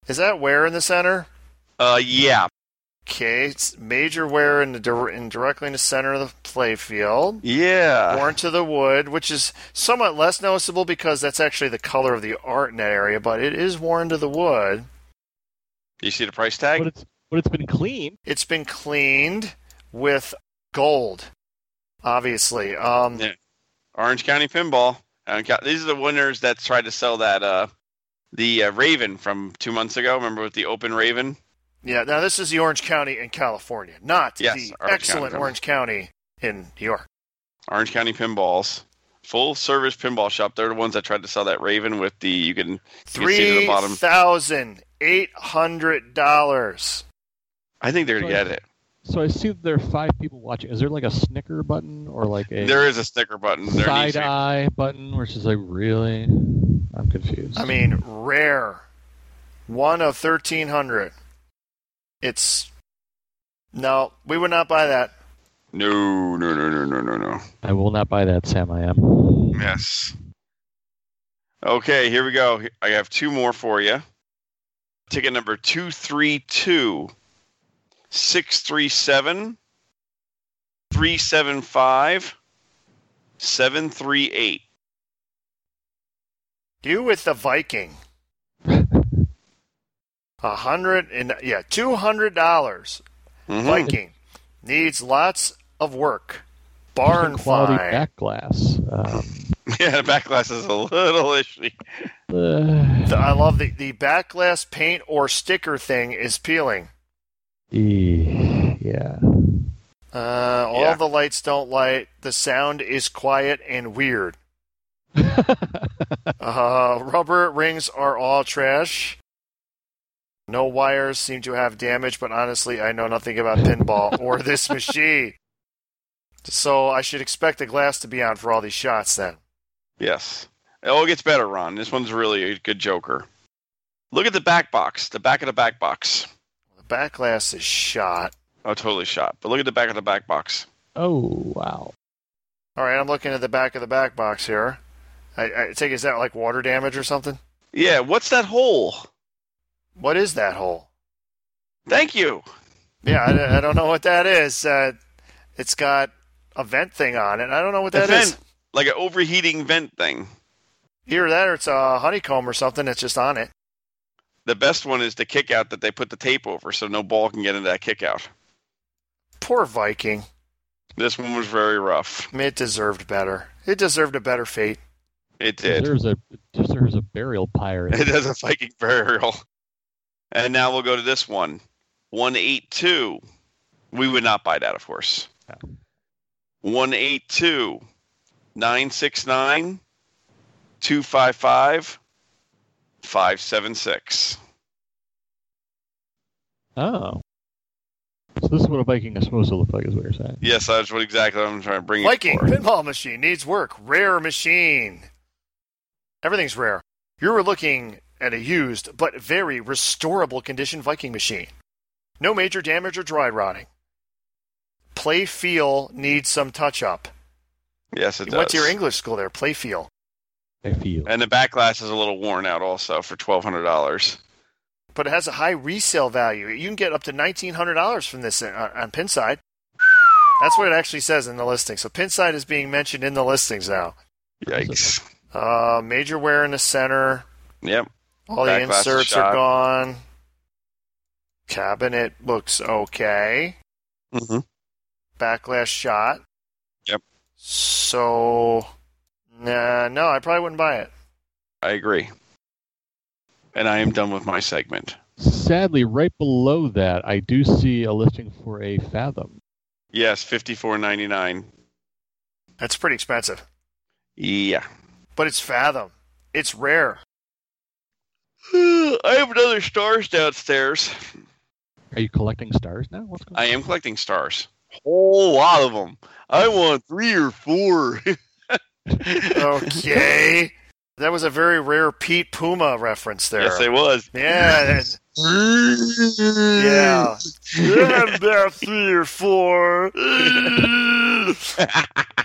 C: Is that wear in the center?
D: Uh, yeah,
C: Okay, it's major wear in the dir- in directly in the center of the play field.
D: yeah.
C: Born to the Wood, which is somewhat less noticeable because that's actually the color of the art in that area, but it is Worn to the Wood.
D: You see the price tag?
E: but it's but it's been clean.
C: It's been cleaned with gold, obviously. Um,
D: Yeah. Orange County Pinball. Orange County- These are the winners that tried to sell that uh, the uh, Raven from two months ago. Remember with the open Raven?
C: yeah, now this is the Orange County in California, not
D: Yes,
C: the
D: Orange
C: excellent
D: County.
C: Orange County in New York.
D: Orange County Pinballs, full service pinball shop. They're the ones that tried to sell that Raven with the you can you can see to the bottom.
C: $3,800.
D: I think they're gonna get it.
E: So I see that there are five people watching. Is there like a snicker button or like a
D: There is a sticker button. There needs
E: side
D: to be-
E: eye button, which is like really? I'm confused.
C: I mean, rare. One of 1,300. It's. No, we would not buy that.
D: No, no, no, no, no, no, no.
E: I will not buy that, Sam. I am.
D: Yes. Okay, here we go. I have two more for you. Ticket number 232 637 375 738.
C: You with the Viking. A hundred and yeah, two hundred dollars.
E: Mm.
D: Mhm.
C: Viking needs lots of work. Barn
E: quality
C: find.
E: back glass. Um,
D: Yeah, the back glass is a little ishy.
E: uh,
C: The- I love the the back glass paint or sticker thing is peeling.
E: e- yeah.
C: Uh, all
D: Yeah.
C: the lights don't light. The sound is quiet and weird. Uh, rubber rings are all trash. No wires seem to have damage, but honestly, I know nothing about pinball or this machine. So I should expect the glass to be on for all these shots then.
D: Yes. Oh, it gets better, Ron. This one's really a good joker. Look at the back box, the back of the back box.
C: The back glass is shot.
D: Oh, totally shot. But look at the back of the back box.
E: Oh wow.
C: All right, I'm looking at the back of the back box here. I, I take is that like water damage or something?
D: Yeah, what's that hole?
C: What is that hole?
D: Thank you.
C: Yeah, I, I don't know what that is. Uh, it's got a vent thing on it. I don't know what
D: The
C: that is.
D: vent, like an overheating vent thing.
C: Either that or it's a honeycomb or something that's just on it.
D: The best one is the kick out that they put the tape over so no ball can get into that kick out.
C: Poor Viking.
D: This one was very rough.
C: I mean, it deserved better. It deserved a better fate.
D: It did.
E: Deserves a deserves a burial
D: It
E: pirate.
D: does a Viking burial. And now we'll go to this one. 182. We would not buy that, of course. 182 969 255 576.
E: oh. So this is what a Viking is supposed to look like, is what you're saying.
D: Yes, that's what exactly I'm trying to bring
C: Viking
D: it for.
C: pinball machine needs work. Rare machine. Everything's rare. You were looking at a used but very restorable condition Viking machine. No major damage or dry rotting. Play feel needs some touch up.
D: Yes, it
C: You
D: does.
C: went to your English school there. Play feel.
E: I feel.
D: And the back glass is a little worn out also for $1,200.
C: but it has a high resale value. You can get up to nineteen hundred dollars from this on, on Pinside. That's what it actually says in the listing. So Pinside is being mentioned in the listings now.
D: Yikes.
C: Uh, major wear in the center.
D: Yep.
C: All the
D: Back glass is
C: inserts are
D: shot.
C: gone. Cabinet looks okay.
D: Mm-hmm.
C: Backlash shot.
D: Yep.
C: So, nah, no, I probably wouldn't buy it.
D: I agree. And I am done with my segment.
E: Sadly, right below that, I do see a listing for a Fathom.
D: Yes, fifty four ninety nine.
C: That's pretty expensive,
D: Yeah.
C: but it's Fathom. It's rare.
D: I have another stars downstairs.
E: Are you collecting stars now? What's going on?
D: I am collecting stars. Whole lot of them. I want three or four.
C: okay. That was a very rare Pete Puma reference there.
D: Yes, I was.
C: yeah, that- yeah. I'm about three or four.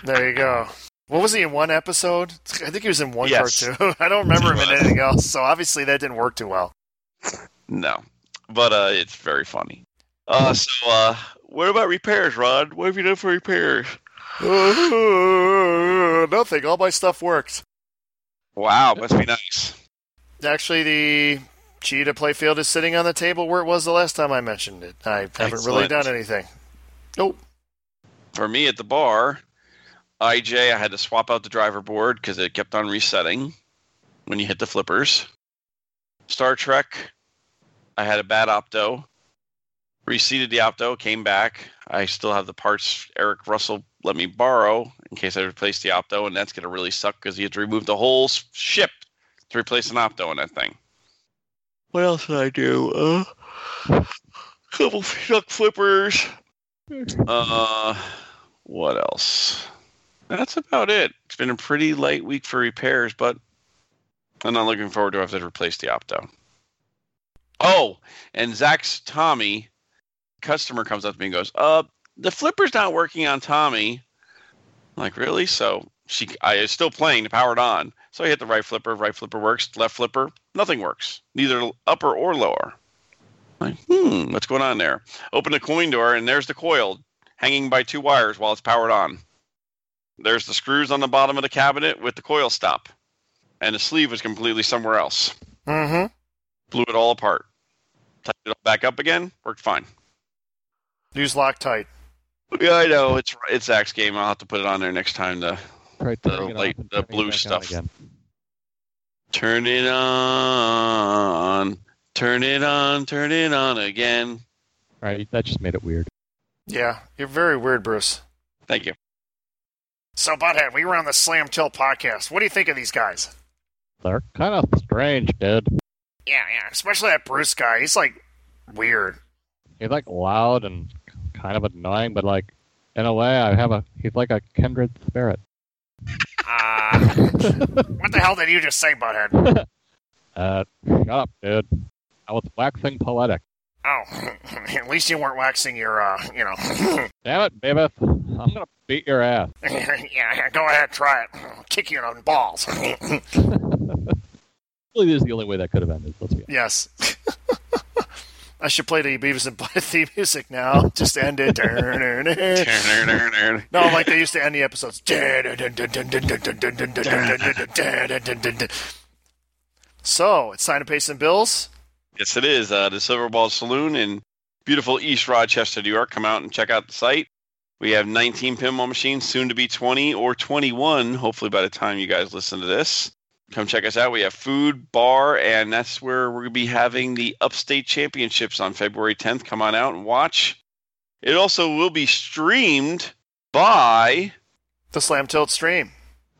C: there you go. What was he in one episode? I think he was in one
D: Yes.
C: cartoon. I don't remember him in
D: He was.
C: anything else, so obviously that didn't work too well.
D: No, but uh, it's very funny. Uh, so, uh, what about repairs, Rod? What have you done for repairs?
C: nothing. All my stuff worked.
D: Wow, must be nice.
C: Actually, the cheetah playfield is sitting on the table where it was the last time I mentioned it. I haven't really
D: Excellent.
C: done anything. Nope.
D: for me at the bar, IJ, I had to swap out the driver board because it kept on resetting when you hit the flippers. Star Trek, I had a bad opto. Reseated the opto, came back. I still have the parts Eric Russell let me borrow in case I replace the opto, and that's going to really suck because you have to remove the whole s- ship to replace an opto in that thing. What else did I do? Uh, couple shuck flippers. Uh, what else? That's about it. It's been a pretty light week for repairs, but I'm not looking forward to having to replace the opto. Oh, and Zach's Tommy customer comes up to me and goes, "Uh, the flipper's not working on Tommy." I'm like, really? So she, I is still playing the powered on. So I hit the right flipper. Right flipper works. Left flipper, nothing works. Neither upper or lower. I'm like, hmm, what's going on there? Open the coin door, and there's the coil hanging by two wires while it's powered on. There's the screws on the bottom of the cabinet with the coil stop, and the sleeve was completely somewhere else.
C: Mm-hmm.
D: Blew it all apart. Tightened it all back up again. Worked fine.
C: Use Loctite.
D: Yeah, I know it's it's Zach's game. I'll have to put it on there next time to
E: Tried
D: the
E: turning it off
D: light-
E: and
D: the
E: turning it
D: blue
E: back on
D: stuff.
E: again.
D: turn it on, turn it on, turn it on again.
E: All right, that just made it weird.
C: Yeah, you're very weird, Bruce.
D: Thank you.
F: So, Butthead, we were on the Slam Till podcast. What do you think of these guys?
E: They're kind of strange, dude.
F: Yeah, yeah. Especially that Bruce guy. He's like weird.
E: He's like loud and kind of annoying, but like in a way, I have a he's like a kindred spirit.
F: Uh, what the hell did you just say, Butthead?
E: Uh, shut up, dude. I was waxing poetic.
F: Oh, at least you weren't waxing your, uh, you know.
E: Damn it, Beavis. I'm gonna beat your ass.
F: yeah, yeah, go ahead, try it. Kick you in the balls.
E: Really, this is the only way that could have ended. Let's be honest.
C: Yes. I should play the Beavis and Butt theme music now. Just end it. no, like they used to end the episodes. So, it's time to pay some bills.
D: Yes, it is. Uh, the Silver Ball Saloon in beautiful East Rochester, New York. Come out and check out the site. We have 19 pinball machines, soon to be 20 or 21, hopefully by the time you guys listen to this. Come check us out. We have food, bar, and that's where we're going to be having the Upstate Championships on February 10th. Come on out and watch. It also will be streamed by,
C: The Slam Tilt stream.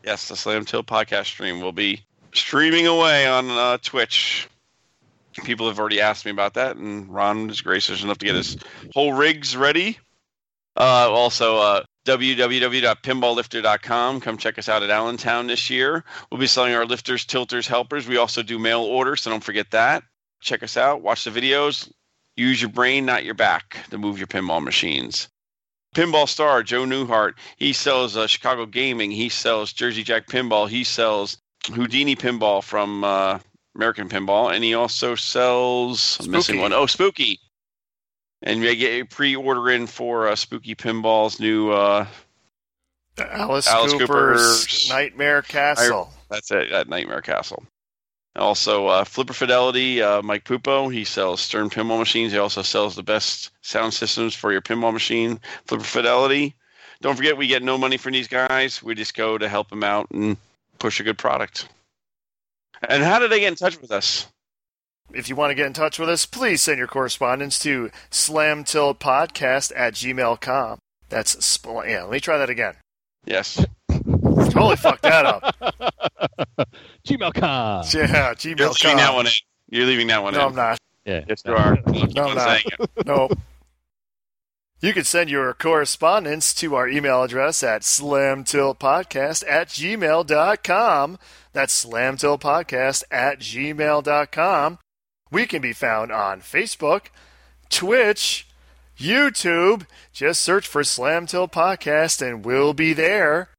D: yes, the Slam Till podcast stream will be streaming away on uh, Twitch. People have already asked me about that, and Ron is gracious enough to get his whole rigs ready. Uh, also, uh, www.pinballlifter.com. Come check us out at Allentown this year. We'll be selling our lifters, tilters, helpers. We also do mail order, so don't forget that. Check us out. Watch the videos. Use your brain, not your back, to move your pinball machines. Pinball star Joe Newhart. He sells uh, Chicago Gaming. He sells Jersey Jack Pinball. He sells Houdini Pinball from uh, American Pinball, and he also sells. I'm missing
C: Spooky.
D: one. Oh, Spooky. And you get a pre-order in for uh, Spooky Pinball's new uh,
C: Alice,
D: Alice
C: Cooper's,
D: Cooper's-
C: Nightmare Castle.
D: That's it at Nightmare Castle. Also, uh, Flipper Fidelity, uh, Mike Pupo, he sells Stern pinball machines. He also sells the best sound systems for your pinball machine, Flipper Fidelity. Don't forget, we get no money from these guys. We just go to help them out and push a good product. And how do they get in touch with us?
C: If you want to get in touch with us, please send your correspondence to slamtiltpodcast at gmail.com. That's, spl- yeah, let me try that again.
D: Yes.
C: Totally fucked that up.
E: Gmail.com.
C: Yeah,
D: You're leaving that
C: gmail.com.
D: one in. You're leaving that one
C: No,
D: in.
C: I'm not.
E: Yeah.
D: Yes, you are. Keep
C: No,
D: on
C: I'm not.
D: saying it.
C: Nope. You can send your correspondence to our email address at slamtiltpodcast at gmail.com. That's slamtiltpodcast at gmail.com. We can be found on Facebook, Twitch, YouTube. Just search for Slam Till Podcast and we'll be there.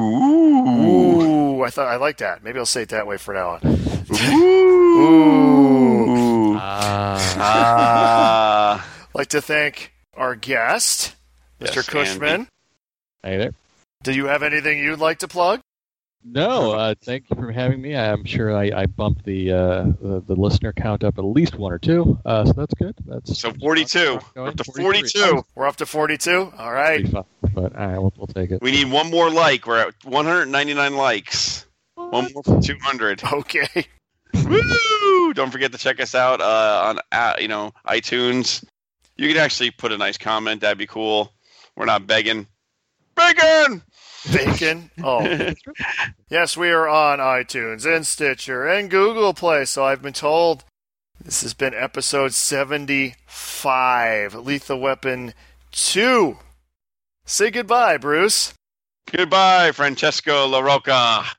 D: Ooh.
C: Ooh, I thought I like that. Maybe I'll say it that way from now on.
D: Ooh.
E: Ah.
D: Ah.
C: like to thank our guest, Mr.
D: Yes,
C: Cushman.
D: Andy.
E: hey there.
C: Do you have anything you'd like to plug?
E: No, uh, thank you for having me. I'm sure I, I bumped the, uh, the the listener count up at least one or two, uh, so that's good. That's
D: So 42. We're up to 42.
C: We're up to 42. All right.
E: Pretty fun, but all right, we'll, we'll take it.
D: We need one more like. We're at 199 likes. One more for 200.
C: Okay.
D: Woo! Don't forget to check us out uh, on uh, you know iTunes. You can actually put a nice comment. That'd be cool. We're not begging. Begging.
C: Bacon. Oh. yes, we are on iTunes and Stitcher and Google Play. So I've been told this has been episode 75 Lethal Weapon 2. Say goodbye, Bruce.
D: Goodbye, Francesco La Rocca.